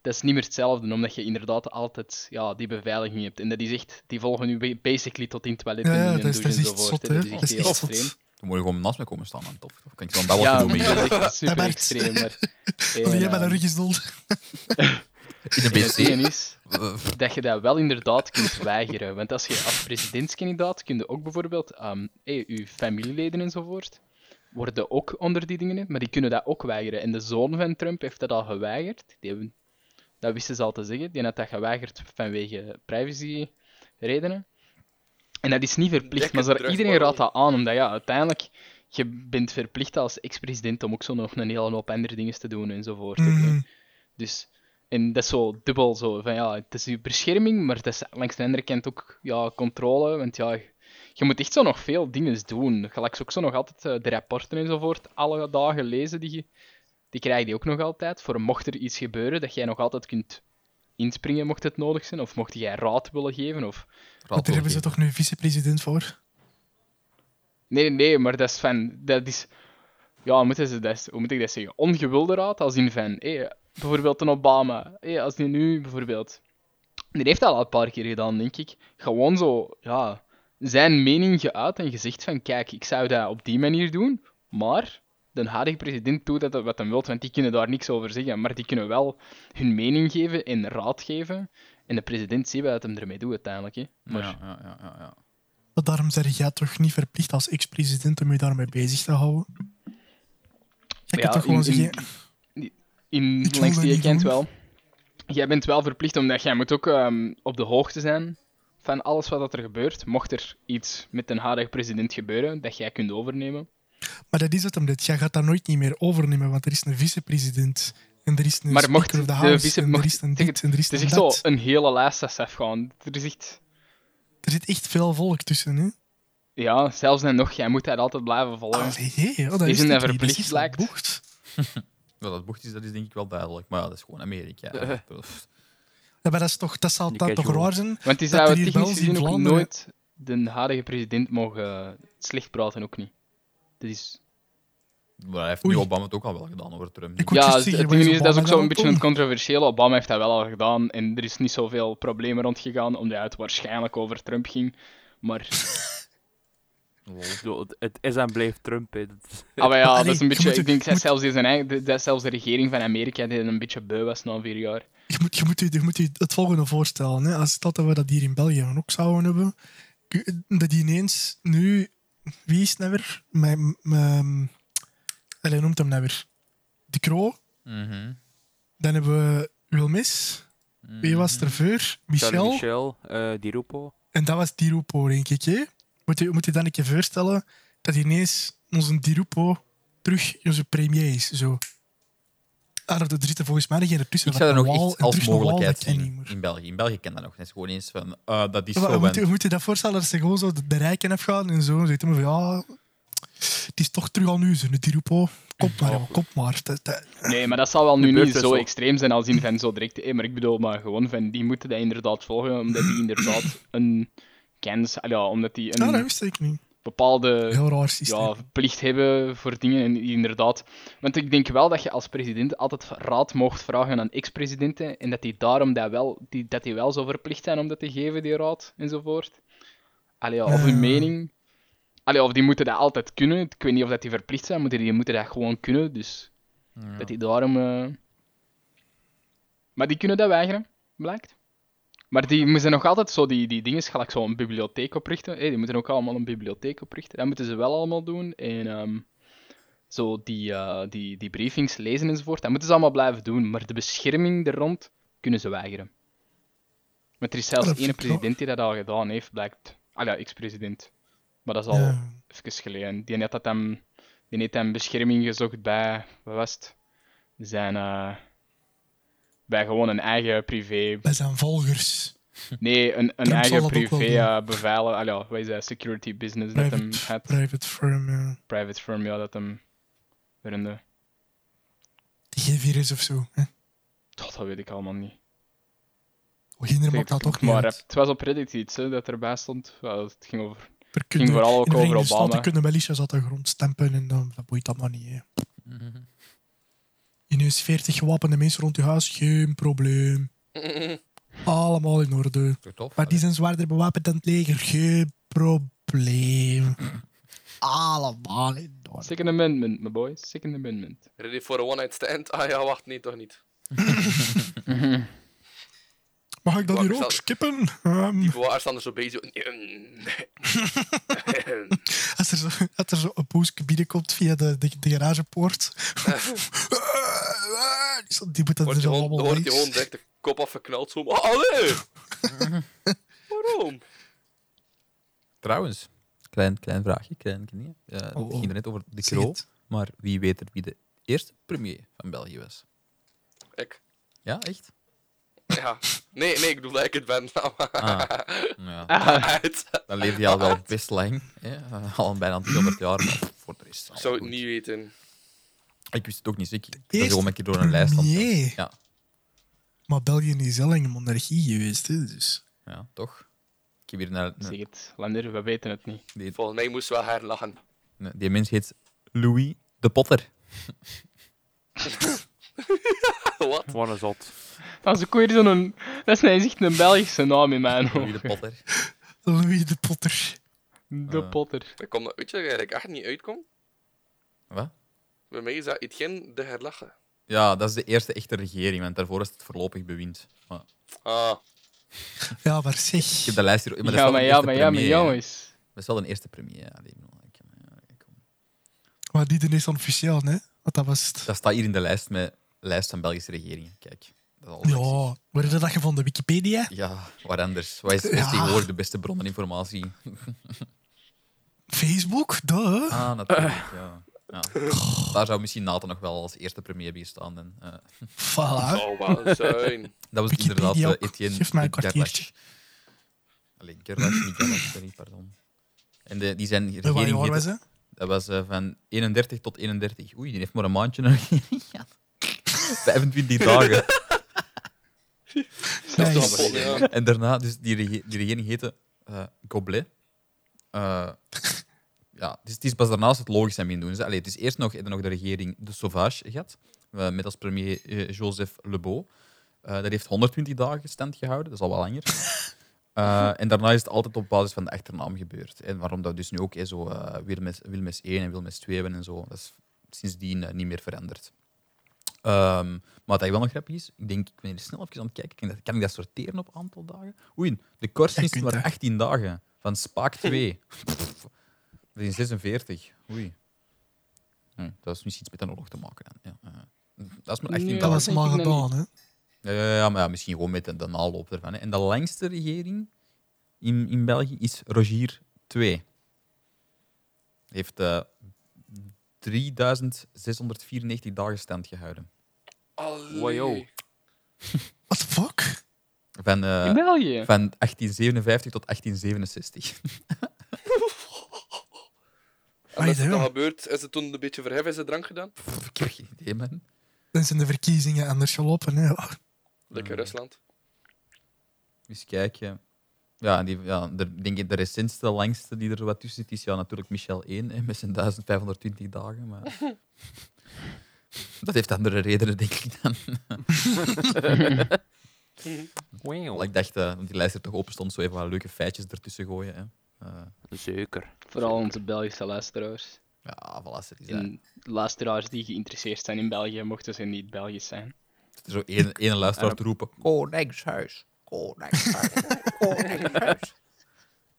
S5: dat is niet meer hetzelfde, omdat je inderdaad altijd ja, die beveiliging hebt. En dat is echt, die volgen nu ba- basically tot in het toilet
S3: Ja,
S5: en in
S3: ja,
S5: een
S3: dat is,
S5: douche
S3: dat is echt
S5: enzovoort.
S3: zot,
S5: hè.
S3: hè.
S5: Dat is
S3: Dat is
S5: echt heel
S3: echt
S5: extreem.
S3: zot.
S1: Dan moet je gewoon naast me komen staan, man. Tof. Of kan ik dan dat wat
S5: Ja,
S1: doen?
S5: maar
S1: met
S5: dat
S1: je-
S5: is echt super
S3: merkt.
S5: extreem. Maar,
S3: Als
S5: en,
S3: jij bij
S5: ehm,
S3: een rug is dol.
S1: In een
S5: en het ding
S1: wc?
S5: is, dat je dat wel inderdaad kunt weigeren. Want als je als presidentskandidaat kun je ook bijvoorbeeld ehm hey, je familieleden enzovoort worden ook onder die dingen, in, maar die kunnen dat ook weigeren. En de zoon van Trump heeft dat al geweigerd. Die hebben, dat wisten ze al te zeggen. Die had dat geweigerd vanwege privacy redenen. En dat is niet verplicht,
S4: Dikke
S5: maar zo-
S4: terug,
S5: iedereen
S4: waarom?
S5: raadt dat aan, omdat ja, uiteindelijk je bent verplicht als ex-president om ook zo nog een hele hoop andere dingen te doen enzovoort. ook, hè.
S3: Mhm.
S5: Dus, en dat is zo dubbel zo. Van, ja, het is je bescherming, maar het is langs de andere kant ook ja, controle. Want ja, je moet echt zo nog veel dingen doen. Gelijk ook zo nog altijd eh, de rapporten enzovoort, alle dagen lezen die je. Die krijg je ook nog altijd. Voor mocht er iets gebeuren, dat jij nog altijd kunt inspringen mocht het nodig zijn. Of mocht jij raad willen geven. Of...
S3: Want daar hebben ze toch nu vicepresident voor?
S5: Nee, nee, maar dat is van... Dat is... Ja, hoe moeten ze dat, hoe moet ik dat zeggen? Ongewilde raad, als in van... hé, bijvoorbeeld een Obama. Hé, als die nu bijvoorbeeld... Die heeft dat al een paar keer gedaan, denk ik. Gewoon zo, ja... Zijn mening geuit en gezegd van... Kijk, ik zou dat op die manier doen, maar... De huidige president doet dat wat hij wil, want die kunnen daar niks over zeggen. Maar die kunnen wel hun mening geven en raad geven. En de president ziet wat hem ermee doet uiteindelijk. Hè. Maar
S1: Ja, ja, ja, ja, ja.
S3: Maar daarom zeg jij toch niet verplicht als ex-president om je daarmee bezig te houden? Je
S5: Ja,
S3: kunt toch gewoon
S5: in- in-
S3: zeggen...
S5: In,
S3: Ik wil
S5: langs
S3: dat
S5: die je
S3: niet
S5: kent
S3: doen.
S5: wel. Jij bent wel verplicht, omdat jij moet ook ehm, op de hoogte zijn van alles wat dat er gebeurt. Mocht er iets met een huidige president gebeuren, dat jij kunt overnemen.
S3: Maar dat is het hem dit. Jij gaat dat nooit niet meer overnemen, want er is een vicepresident. En er is een
S5: Maar
S3: speaker
S5: mocht
S3: of the
S5: de
S3: house,
S5: vice-
S3: en er
S5: mocht-
S3: is een
S5: zeg
S3: dit, en er is
S5: Het is
S3: een
S5: echt zo
S3: dat.
S5: een hele lijst dat ze afgaan. Er is echt...
S3: Er zit echt veel volk tussen, hè?
S5: Ja, zelfs dan nog, jij moet dat altijd blijven volgen.
S3: Allee, hé, ja, dat
S5: Is
S3: is
S5: een
S3: het niet.
S5: verplicht
S3: Dat is
S5: lijkt.
S3: bocht.
S1: Ja, dat bocht is, dat is denk ik wel duidelijk. Maar ja, dat is gewoon Amerika.
S2: Eh.
S1: Pff,
S3: Ja, maar dat, is toch, dat zal
S2: Je
S3: dan
S2: kijkt
S3: toch
S2: gewoon.
S3: raar zijn?
S5: Want die
S3: Dat er
S5: zouden
S3: hier
S5: technisch
S3: wel eens in
S5: gezien ook
S3: Vlaanderen-
S5: nooit de huidige president mogen slecht praten, ook niet. Dat is...
S1: Maar hij heeft
S3: Oei.
S1: nu Obama het ook al wel gedaan over Trump.
S3: Ik
S1: nu.
S3: wou
S5: Ja,
S3: juist
S5: het
S3: zeggen,
S5: het
S3: waar
S5: ding
S3: is
S5: is, dat is ook
S3: Obama
S5: zo'n
S3: dan
S5: beetje
S3: op
S5: het
S3: om?
S5: controversiële. Obama heeft dat wel al gedaan en er is niet zoveel problemen rondgegaan, omdat het waarschijnlijk over Trump ging. Maar,
S1: Lol.
S2: Ik bedoel, het- Het is en blijft Trump. hè. Dat is-
S5: ah, maar ja,
S3: Maar
S5: dat
S3: allee,
S5: is
S3: je
S5: een beetje.
S3: moet-
S5: Ik denk
S3: je
S5: dat
S3: moet-
S5: zelfs, die zijn eigen, dat zelfs de regering van Amerika die een beetje beu was na vier jaar.
S3: Je moet, je, moet, je, je moet je het volgende voorstellen. Hè. Als dat we dat hier in België dan ook zouden hebben, kun- dat die ineens nu... Wie is het nou weer? Mijn... mijn allee, hoe noemt hem nou weer? De Croo.
S1: Mhm.
S3: Dan hebben we Wilmis. Wie was er voor?
S2: Charlie
S3: Michel.
S2: Michel, eh, Di Rupo.
S3: En dat was Dirupo, denk ik. Hè? Moet, je, moet je dan een keer voorstellen dat ineens onze Dirupo terug onze premier is. Zo. Ah, er er zitten volgens mij nog geen ertussen.
S1: Ik zou er
S3: Van
S1: nog
S3: Waal
S1: iets
S3: en
S1: als
S3: terug naar Waal,
S1: mogelijkheid
S3: dat ken ik niet
S1: zien
S3: meer.
S1: in België. In België ken dat nog. Dat is gewoon eens van, eh, dat is
S3: Maar
S1: zo.
S3: moet,
S1: en-
S3: je, moet je dat voorstellen dat ze gewoon zo de, de rijken afgaan en zo. En zitten van ja, het is toch terug aan u, zo'n Dirupo. Kom maar, jongen, kom maar. Dat, dat-
S5: Nee, maar dat zal wel nu
S2: Gebeurt
S5: niet
S2: dus
S5: zo
S2: wel.
S5: extreem zijn als in van zo direct. eh, maar ik bedoel, maar gewoon van die moeten dat inderdaad volgen, omdat die inderdaad een kennis, ah ja, omdat die
S3: ja, dat
S5: een
S3: wist ik niet.
S5: bepaalde
S3: Heel raar systeem.
S5: ja, plicht hebben voor dingen. En inderdaad. Want ik denk wel dat je als president altijd raad mocht vragen aan ex-presidenten. En dat die daarom dat wel, die, dat die wel zo verplicht zijn om dat te geven, die raad enzovoort. Allee, ja, of hun
S3: Ja.
S5: mening. Allee, of die moeten dat altijd kunnen. Ik weet niet of dat die verplicht zijn, maar die, die moeten dat gewoon kunnen. Dus
S1: Ja.
S5: dat die daarom. eh, Maar die kunnen dat weigeren, blijkt. Maar die moeten nog altijd zo die, die dingen, gelijk zo een bibliotheek oprichten. Hey, die moeten ook allemaal een bibliotheek oprichten. Dat moeten ze wel allemaal doen. En ehm, zo die, eh, die, die briefings lezen enzovoort. Dat moeten ze allemaal blijven doen. Maar de bescherming er rond kunnen ze weigeren. Want er is zelfs
S3: Dat vind
S5: één
S3: ik wel.
S5: president die dat al gedaan heeft, blijkt. Ah ja, ex-president. Maar dat is al
S3: Ja.
S5: even geleden. Die had, dat hem, die heeft hem bescherming gezocht bij, wat was het? Zijn, eh, bij gewoon een eigen privé.
S3: Wij zijn volgers.
S5: Nee, een, een
S3: zal dat
S5: eigen
S3: ook wel
S5: privé
S3: doen.
S5: eh beveiligen. Allee, wat is dat? Security business dat hem
S3: Private,
S5: had.
S3: private firm, ja.
S5: Private firm, ja, dat hem runde.
S3: geen virus of zo. Hè?
S5: Toch, dat weet ik allemaal niet.
S3: Hinder maakt
S5: Ik-
S3: dat
S5: ik-
S3: ook niet
S5: maar eh,
S3: uit.
S5: het was op Reddit iets hè, dat erbij stond. Wel, het ging over.
S3: Er
S5: ging
S3: kunnen-
S5: vooral ook
S3: in de
S5: over
S3: Verenigde Staten
S5: Obama.
S3: kunnen militia's aan de grond stempen en dan dat boeit dat maar niet. Hè.
S1: Mhm.
S3: Je neus 40 gewapende mensen rond je huis, geen probleem. Allemaal in orde.
S1: Toch tof?
S3: Maar die zijn zwaarder bewapend dan het leger, geen probleem. Allemaal in orde.
S5: Second Amendment, my boy. Second Amendment.
S4: Ready for a one-night stand? Ah ja, wacht, nee, toch niet.
S3: Mag ik dat
S4: Wacht,
S3: hier ook
S4: zal-
S3: skippen? Ehm,
S4: Die bewaar staan er zo bij, zo...
S3: als, er zo, als er zo een boeske binnenkomt via de, de, de garagepoort. die moet dat
S4: Wordt
S3: er
S4: je
S3: zo
S4: hond,
S3: allemaal
S4: hoort je
S3: langs.
S4: hond direct de kop afgeknald zo. Oh, nee! Waarom?
S1: Trouwens, klein, klein vraagje. Klein, klein, ja, het
S3: Oh, oh.
S1: ging er net over de
S3: Zeg
S1: Kroo,
S3: het.
S1: maar wie weet er wie de eerste premier van België was?
S4: Ik.
S1: Ja, echt?
S4: Ja. Nee, nee, ik bedoel dat ik het ben.
S1: Ah, ja.
S4: Uit.
S1: Dan leefde je al wel best lang. Hè? Eh, Al bijna 200 jaar, maar voor de rest. ah,
S4: Ik zou het
S1: goed.
S4: niet weten.
S1: Ik wist het ook niet, dus ik ik ben
S3: eerste
S1: gewoon een keer door een lijst aan het gaan.
S3: premier.
S1: Ja,
S3: Maar België is heel lang een monarchie geweest, hè, dus...
S1: ja, toch? Ik heb hier naar...
S5: Zeg het, Lander, we weten het niet.
S1: Die,
S4: Volgens mij moest wel herlachen.
S1: nee, die mens heet Louis de Potter.
S4: Wat?
S2: Wat een zot.
S5: Dat is ook weer zo'n. Dat is nou eens echt een Belgische naam in mijn
S1: Louis de
S5: ogen.
S1: Potter.
S3: Louis de Potter.
S5: De
S1: Eh.
S5: Potter.
S4: Dat komt uit je eigenlijk echt niet uitkomt.
S1: Wat?
S4: Bij mij is dat Etienne de herlachen.
S1: Ja, dat is de eerste echte regering, want daarvoor is het voorlopig bewind. Maar ik
S4: Ah.
S3: Ja, maar zeg.
S1: heb de lijst hier... Maar dat is
S5: Ja,
S1: wel
S5: maar
S1: een
S5: ja,
S1: eerste
S5: maar ja, maar
S1: premier, hè.
S5: jongens.
S1: Dat is wel een eerste premier. Ja, die bedoel ik, ja, ik-
S3: Maar die is dan officieel, hè? Want dat was het.
S1: Dat staat hier in de lijst met lijst van Belgische regeringen. Kijk, dat is al wat ik zeg.
S3: Ja, waar is dat je van de Wikipedia?
S1: Ja, waar anders? Wat is, is
S3: Ja.
S1: tegenwoordig de beste bron van informatie?
S3: Facebook, duh.
S1: Ah, natuurlijk, ja. Ja. Daar zou misschien Nathan nog wel als eerste premier hebben gestaan. En, eh,
S3: Voilà.
S4: Oh, wat zijn.
S1: dat was
S3: Wikipedia
S1: inderdaad
S3: ook.
S1: eh, Etienne
S3: Geef mij een
S1: de Gerlache.
S3: kwartiertje.
S1: Allee, Gerlache, niet Gerlache, sorry, pardon. En de, die zijn
S3: De
S1: regering...
S3: waar
S1: heette-
S3: was hè?
S1: dat was eh, van 31 tot 31. Oei, die heeft maar een maandje een regering gehad. 25 dagen.
S3: Nice.
S4: Ja.
S1: En daarna, dus die, rege- die regering heette eh Goblet. Eh, ja, dus het is pas daarnaast het logisch zijn doen. Dus, allee, het is eerst nog, nog de regering de Sauvage gehad, eh, met als premier eh, Joseph Lebeau. Eh, dat heeft 120 dagen stand gehouden, dat is al wel langer. Eh, en daarna is het altijd op basis van de achternaam gebeurd. En waarom dat dus nu ook eh, zo eh, Wilmes, Wilmes 1 en Wilmes 2 hebben en zo. Dat is sindsdien eh, niet meer veranderd. Ehm, maar wat dat wel nog grappig is, ik denk, ik ben hier snel even aan het kijken. Kan ik dat, kan ik dat sorteren op aantal dagen? Oei, de
S3: Ja,
S1: kortste
S3: kunt,
S1: maar
S3: hè.
S1: 18 dagen. Van Spaak 2. Pff, dat is 46. Oei. Hm, dat is misschien iets met een oorlog te maken. dan. Ja, eh. dat is maar 18
S5: Nee,
S3: Dat
S1: dagen.
S3: was allemaal
S5: denk ik nog
S3: gedaan, hè?
S1: Ja, ja, ja, maar ja, misschien gewoon met de, de naloop ervan. Hè. En de langste regering in, in België is Rogier 2. Heeft eh 3694 dagen stand gehouden.
S4: Allee.
S2: Wow, yo.
S3: What the fuck?
S1: Van, eh,
S5: In België.
S1: van 1857 tot 1867.
S4: En wat is er dan
S3: Amai,
S4: gebeurd? Is het toen een beetje verhef is de drank gedaan?
S1: Pff, ik heb geen idee, man.
S3: Dan zijn de verkiezingen anders gelopen, hè? Oh,
S4: Lekker Rusland.
S1: Eens kijken. Ja, en die, ja de, denk ik de recentste, langste die er wat tussen zit, is ja, natuurlijk Michel 1 hè, met zijn 1520 dagen. Maar... dat heeft andere redenen, denk ik dan.
S2: Wow.
S1: Want ik dacht, eh, want die lijst er toch open stond, zo even wat leuke feitjes ertussen gooien. Hè. Eh,
S2: Zeker.
S5: Vooral onze Belgische luisteraars.
S1: ja, voilà, er is hè.
S5: En luisteraars die geïnteresseerd zijn in België, mochten ze niet Belgisch zijn.
S1: Er is zo één, één luisteraar te roepen: Koningshuis, Koningshuis, Koningshuis.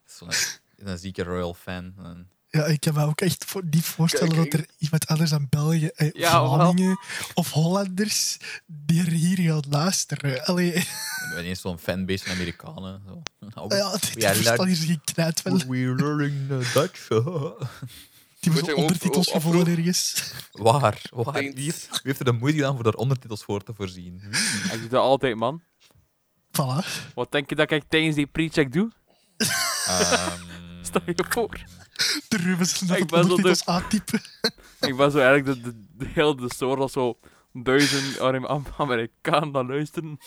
S1: Zo'n een zieke royal fan. En-
S3: Ja, ik kan me ook echt voor, niet voorstellen
S4: Kijk,
S3: dat er iemand anders dan België, eh,
S2: Ja,
S3: Vlamingen of Hollanders, die er hier gaan luisteren. Allee,
S1: en we ineens zo'n fanbase van Amerikanen. Zo. Oh,
S3: ja, dit
S1: ja,
S3: verstaan
S1: laat-
S3: hier geen knijt van.
S1: we- We're learning eh, Dutch.
S3: Die
S4: Moet je
S3: moeten
S4: hem op-
S3: ondertitels
S4: op-
S3: gevonden
S4: oproepen?
S3: ergens.
S1: waar, waar.
S4: Denk-
S1: Wie heeft, wie heeft er de moeite gedaan voor daar ondertitels voor te voorzien? Hm?
S2: Ik doe dat altijd, man.
S3: Voilà.
S2: Wat denk je dat ik tijdens die pre-check doe?
S1: Ehm,
S2: Stel je voor.
S3: De Rubens
S2: Ik
S3: net op
S2: ben zo
S3: ondertitels aantypen.
S2: Ik was zo eigenlijk de, de, de hele de soort als zo duizend Amer- Am- Amerikanen naar luisteren.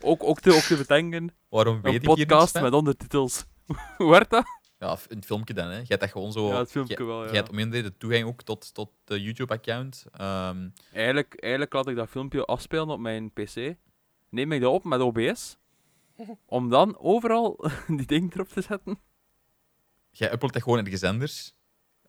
S2: ook, ook, te, ook te bedenken,
S1: Waarom weet
S2: een
S1: ik hier niks
S2: podcast
S1: van?
S2: met ondertitels. Hoe werd dat?
S1: Ja, f- een filmpje dan, hè. Je hebt dat gewoon zo...
S2: Ja, het filmpje
S1: Oh, je-
S2: wel, ja.
S1: Je hebt om een reden toegang ook tot, tot de YouTube-account. Ehm,
S2: Eigenlijk, eigenlijk laat ik dat filmpje afspelen op mijn pc. Neem ik dat op met OBS. Om dan overal die ding erop te zetten.
S1: jij uploadt dat gewoon ergens anders.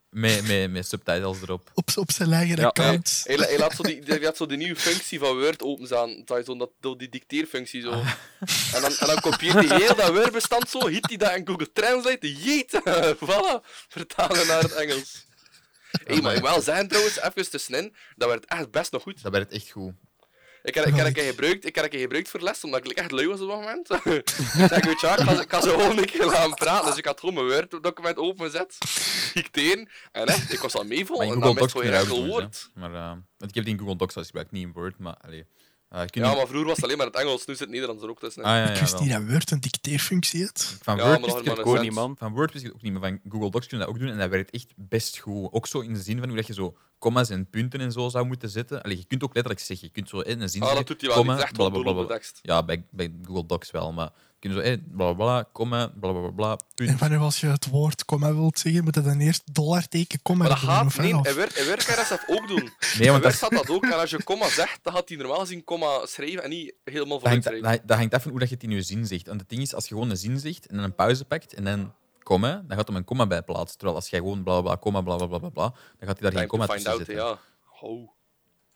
S1: Met, met, met subtitles erop.
S3: Op, op zijn eigen
S2: Ja.
S3: account.
S4: Hij, la- hij laat zo die, hij laat zo de nieuwe functie van Word openstaan. Dat je zo dat, dat die dicteerfunctie zo. En dan, en dan kopieert hij heel dat Word-bestand zo, hit hij dat in Google Translate, jeet, voilà, vertalen naar het Engels. Hé, hey, maar ik moet wel zeggen trouwens, even tussenin, dat werd echt best nog goed.
S1: Dat werkt echt goed.
S4: Ik heb, ik heb een keer gebruikt, ik heb een keer gebruikt voor les, omdat ik echt lui was op dat moment. ik zei, weet je wat, ik ga ze- ik ga ze gewoon een keer laten praten. Dus ik had gewoon mijn Word-document opengezet, dicteren, en echt, ik was aan
S1: Maar
S2: Oh,
S4: meevallen.
S1: in
S4: En dan
S1: Google
S4: met
S1: Docs
S4: zo'n
S1: kun je dat ook
S4: enkel
S1: doen,
S4: woord.
S1: hè. Maar, eh, want ik heb die in Google Docs al gebruikt, niet in Word, maar... Allee. Eh, kun je...
S4: Ja, maar vroeger was het alleen maar het Engels, nu zit het Nederlands er ook dus tussen.
S1: Ah, ja, ja,
S3: Ik wist
S1: wel.
S3: niet dat Word een dicteerfunctie heeft.
S1: Van
S4: Ja,
S1: Word
S4: maar
S1: wist
S4: nog
S1: ik het
S4: maar
S1: ook
S4: een
S1: niet,
S2: cent.
S1: man. Van Word wist ik het ook niet, maar van Google Docs kun je dat ook doen. En dat werkt echt best goed. Ook zo in de zin van hoe dat je zo commas en punten en zo zou moeten zetten. Allee, je kunt ook letterlijk zeggen, je kunt zo in een zin
S4: Ah, dat
S1: zeggen,
S4: doet hij wel niet
S1: comma,
S4: echt wel
S1: blablabla.
S4: door de tekst.
S1: Ja, bij, bij Google Docs wel, maar je kunt zo eh, bla bla bla, comma, bla bla bla, bla,
S3: En
S1: punt.
S3: wanneer als je het woord komma wilt zeggen, moet je dan eerst dollarteken komma
S4: Maar dat
S3: doen.
S4: gaat,
S3: of,
S4: nee,
S3: of-
S4: en Word, en Word kan dat zelf ook doen.
S1: Nee,
S4: En
S1: want
S4: Word
S1: dat,
S4: gaat dat ook, en als je comma zegt, dan gaat hij normaal gezien comma schrijven en niet helemaal
S1: dat,
S4: vooruit
S1: hangt,
S4: schrijven.
S1: dat, dat hangt af van hoe dat je het in je zin zegt. Want het ding is, als je gewoon een zin zegt en dan een pauze pakt en dan comma, dan gaat hem een comma bij plaatsen. Terwijl als jij gewoon bla bla bla, comma, bla bla bla, bla, bla, dan gaat hij daar geen
S4: Time
S1: comma
S4: to find
S1: tussen
S4: out, hè,
S1: zetten.
S4: ja. Oh,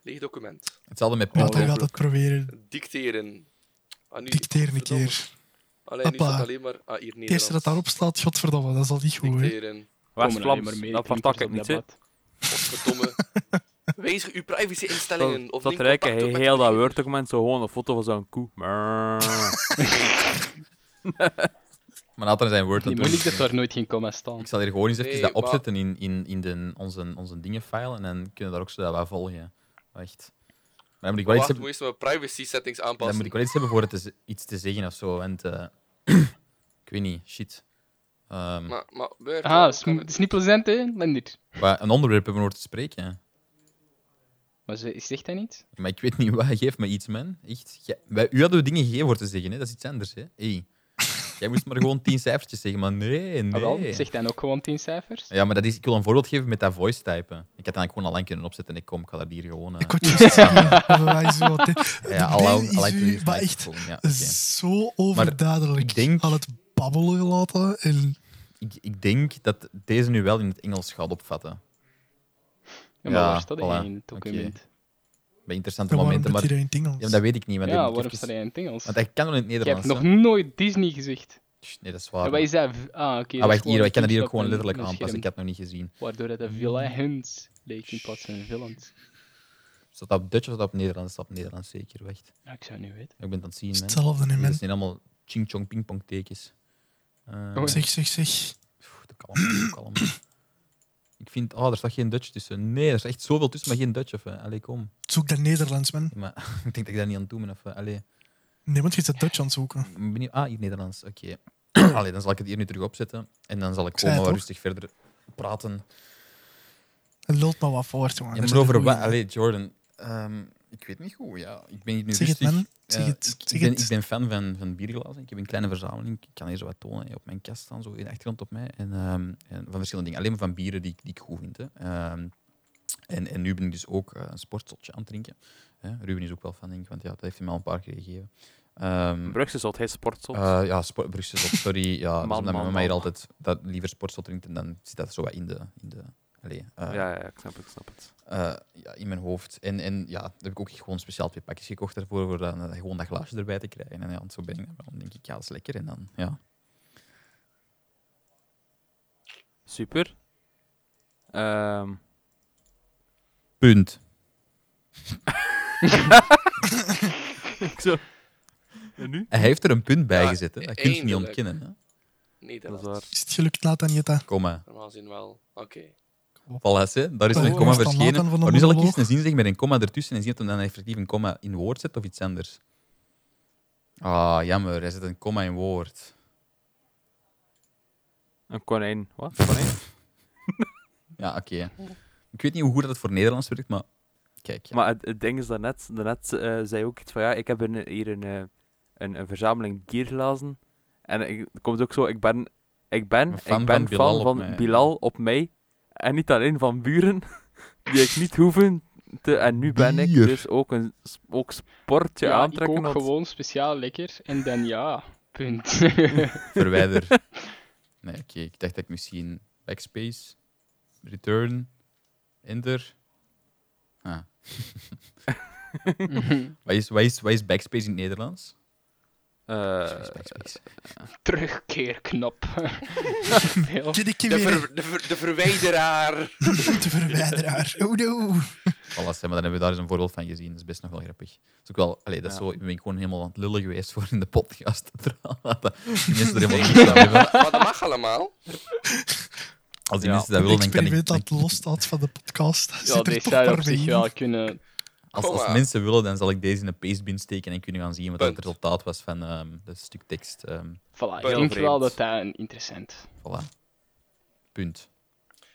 S4: leeg document.
S1: Hetzelfde met
S3: Ja,
S1: punten.
S3: dan gaat het proberen.
S4: Dicteren. Ah, nu,
S3: Dicteer een
S4: verdomme.
S3: keer.
S4: Allee, nu
S3: Papa.
S4: staat alleen maar... Ah, hier
S3: Het eerste dat daarop staat, godverdomme, dat is al niet goed. Hè.
S4: Dicteren.
S2: West-Vlaams, dat vertak ik niet, hè.
S4: Godverdomme. Wees uw privacy-instellingen.
S2: Dat,
S4: of
S2: dat
S4: neem
S2: rijk
S4: contact op
S2: hij
S4: met
S2: heel
S4: de
S2: dat
S4: beheerder.
S2: Word-document zo gewoon een foto van zo'n koe. Brrr.
S1: Maar Nathan zijn Word
S5: Niet
S1: natuurlijk.
S5: moeilijk dat daar nooit geen comma staan.
S1: Ik zal hier gewoon eens even
S4: Nee,
S1: dat
S4: maar-
S1: opzetten in, in, in de, onze, onze dingenfile en dan kunnen we daar ook zo dat wat volgen. Wacht. Maar dan moet ik wel, iets
S4: Wacht,
S1: hebben,
S4: moet je mijn privacy-settings
S1: dan
S4: aanpassen.
S1: moet ik wel iets hebben voor het te z- iets te zeggen of zo. Want, eh, ik weet niet, shit. Ehm,
S4: Maar, maar Word...
S5: Ah,
S4: hoe
S5: is-
S4: kan het?
S5: het is niet plezant, hè, Lender?
S1: wa- een onderwerp hebben we over te spreken.
S5: Maar ze zegt dat niet?
S1: Maar ik weet niet wat, geef me iets, man. Echt. jij- wij, u hadden we dingen gegeven voor te zeggen, hè? dat is iets anders. Hè? Hey. Jij moest maar gewoon tien cijfertjes zeggen, maar nee,
S5: Ah, wel,
S1: nee.
S5: zegt dan ook gewoon 10 cijfers?
S1: Ja, maar dat is, ik wil een voorbeeld geven met dat voice typen. Ik had eigenlijk gewoon al lang kunnen opzetten en ik kom, ik ga dat hier gewoon... eh,
S3: Ik word juist zeggen, dat bewijs zo. De- de
S1: ja,
S3: mail
S1: allow,
S3: is
S1: allow
S3: u-
S1: to use
S3: maar echt
S1: microphone, Ja, oké.
S3: zo overduidelijk
S1: ik denk-
S3: aan het babbelen laten. En
S1: Ik, ik denk dat deze nu wel in het Engels gaat opvatten.
S5: Ja, maar
S1: Ja,
S5: waar staat hij
S1: voilà,
S5: in het document?
S1: Bij interessante
S3: en waarom
S1: momenten, maar
S3: doet hij dat in het Engels?
S1: ja, maar dat weet ik niet. Want,
S5: Ja,
S1: dat heb ik
S5: waarom
S1: even-
S5: staat hij in het Engels?
S1: want hij kan wel in het
S5: Ik heb
S1: Nederlands.
S5: nog
S1: hè.
S5: nooit Disney gezegd.
S1: Nee, dat is
S5: Ja,
S1: waar.
S5: wat is dat? v- Ah, oké.
S1: Ah,
S5: dat is
S1: wacht, hier,
S5: gewoon
S1: ik kan dat hier ook gewoon
S5: een toetsen op
S1: letterlijk
S5: een
S1: aanpassen. Ik
S5: scherm,
S1: heb het nog niet gezien.
S5: Waardoor dat de villains leek in plaats van villains.
S1: Staat dat op Dutch of staat dat op Nederlands? Staat op Nederlands zeker, wacht.
S5: Ja, ik zou het niet weten.
S1: Ik ben het aan het zien,
S3: Het is
S1: hè.
S3: hetzelfde in
S1: Dat
S3: mijn.
S1: zijn allemaal ching-chong ping-pong tekens. Eh,
S5: Oh, ja.
S3: Zeg, zeg, zeg.
S1: pff, doe kalm, doe kalm. Ik vind, ah, er staat geen Dutch tussen. Nee, er is echt zoveel tussen, maar geen Dutch. Of, eh, allee, kom.
S3: Zoek dat Nederlands, man.
S1: Ja, maar ik denk dat ik daar niet aan toe ben. Of, eh, allee.
S3: Nee, want je zit Dutch aan het zoeken.
S1: Ik ben benieuwd- Ah, hier Nederlands. Oké. Allee, dan zal ik het hier nu terug opzetten. En dan zal ik
S3: Ik zei
S1: gewoon maar
S3: het
S1: rustig verder praten.
S3: En lult maar wat voor, jongen.
S1: Ja,
S3: Er
S1: maar
S3: zijn er
S1: over
S3: goeie
S1: wat?
S3: in.
S1: Allee, Jordan. ehm, ik weet niet goed, ja. Ik ben hier nu
S3: Zeg het,
S1: rustig.
S3: man.
S1: Ja,
S3: Zeg het.
S1: ik-
S3: Zeg
S1: ik, ben,
S3: het.
S1: ik ben fan van, van bierglazen. Ik heb een kleine verzameling. Ik kan hier zo wat tonen. hè. Op mijn kast staan, zo in de achtergrond op mij. En, ehm, en van verschillende dingen. Alleen maar van bieren die, ik- die ik goed vind. Hè. Ehm, en, en nu ben ik dus ook eh, een sportzotje aan het drinken. Hè. Ruben is ook wel van, denk ik. Want ja, dat heeft hij me al een paar keer gegeven. Ehm,
S2: Brugse zat, hij sportzot.
S1: eh, ja, sport, Brugse zot, sorry. Ja, dat is
S2: Man,
S1: omdat
S2: man,
S1: mijn mama hier
S2: man.
S1: altijd dat liever sportzot drinkt en dan zit dat zo wat in de... In de allee, eh,
S2: ja, ja, ik snap het, ik snap het.
S1: eh, ja, in mijn hoofd. En, en ja, daar heb ik ook gewoon speciaal twee pakjes gekocht daarvoor, voor dan, eh, gewoon dat glaasje erbij te krijgen. En ja, want zo ben ik dan wel. Dan denk ik, ja, dat is lekker. En dan, ja.
S2: Super. Ehm,
S1: Punt.
S2: en nu?
S1: Hij heeft er een punt bij
S4: Ja,
S1: gezet, hè. Dat kun je niet
S4: eindelijk.
S1: ontkennen, hè.
S4: Nederlands.
S2: Dat is waar.
S3: Is het gelukt, Nathan Jetta?
S1: Komma.
S4: Normaal gezien wel. Oké.
S1: Voilà, hè. Daar is
S3: Oh,
S1: een komma
S3: was dat
S1: verschenen.
S3: Nathan van de
S1: Maar nu zal ik eens
S3: monoloog?
S1: een zin zeggen met een komma ertussen en zien of hij dan effectief een komma in woord zet of iets anders. Ah, jammer. Hij zet een komma in woord.
S2: Een konijn. Wat? Konijn?
S1: Ja, oké. Ik weet niet hoe goed dat het voor Nederlands werkt, maar kijk. Ja.
S2: Maar het, het ding is daarnet, daarnet eh zei ook iets van ja, ik heb een, hier een, eh, een, een verzameling dierglazen. En ik, het komt ook zo, ik ben, ik ben,
S1: Een fan
S2: ik
S1: van
S2: ben fan
S1: Bilal op
S2: van
S1: mij.
S2: Bilal op mij. En niet alleen van buren, die ik niet hoeven te... En nu ben ik
S1: Bier.
S2: dus ook een s- ook sportje
S5: Ja, ik
S2: aantrekken.
S5: ook
S2: want-
S5: gewoon speciaal lekker. En dan ja, punt.
S1: Verwijder. nee, oké. Ik dacht dat ik misschien backspace, return, enter. Ah. Wat is, wat, is, wat is backspace in het Nederlands?
S2: Eh,
S1: Backspace, backspace.
S5: Terugkeerknop. Veel.
S3: Kid ik je
S4: De,
S3: weer
S4: ver- de, ver- de verwijderaar.
S3: de verwijderaar. Oh no.
S1: Voilà, zeg maar dan hebben we daar eens een voorbeeld van gezien. Dat is best nog wel grappig. Dat is ook wel, allee, dat is
S2: Ja.
S1: zo, ik ben gewoon helemaal aan het lullen geweest voor in de podcast. dat die mensen er helemaal niet aan hebben.
S4: Maar dat mag allemaal.
S1: Als die
S2: Ja.
S1: mensen dat
S3: Dat
S1: willen, dan kan
S3: experiment
S1: ik...
S3: dat
S1: dan-
S3: het losstaat van de podcast.
S5: Ja,
S3: Zit er
S5: deze
S3: toch
S5: zou je op
S3: maar mee
S5: zich
S3: in.
S5: wel kunnen...
S1: als,
S4: Kom
S1: als
S4: maar.
S1: mensen willen, dan zal ik deze in een pastebin steken en kunnen gaan zien wat
S4: Punt.
S1: het resultaat was van ehm dat stuk tekst. ehm
S5: Voilà, ik
S4: Heel
S5: denk
S2: vreemd.
S5: wel dat dat een interessant...
S1: voilà. Punt.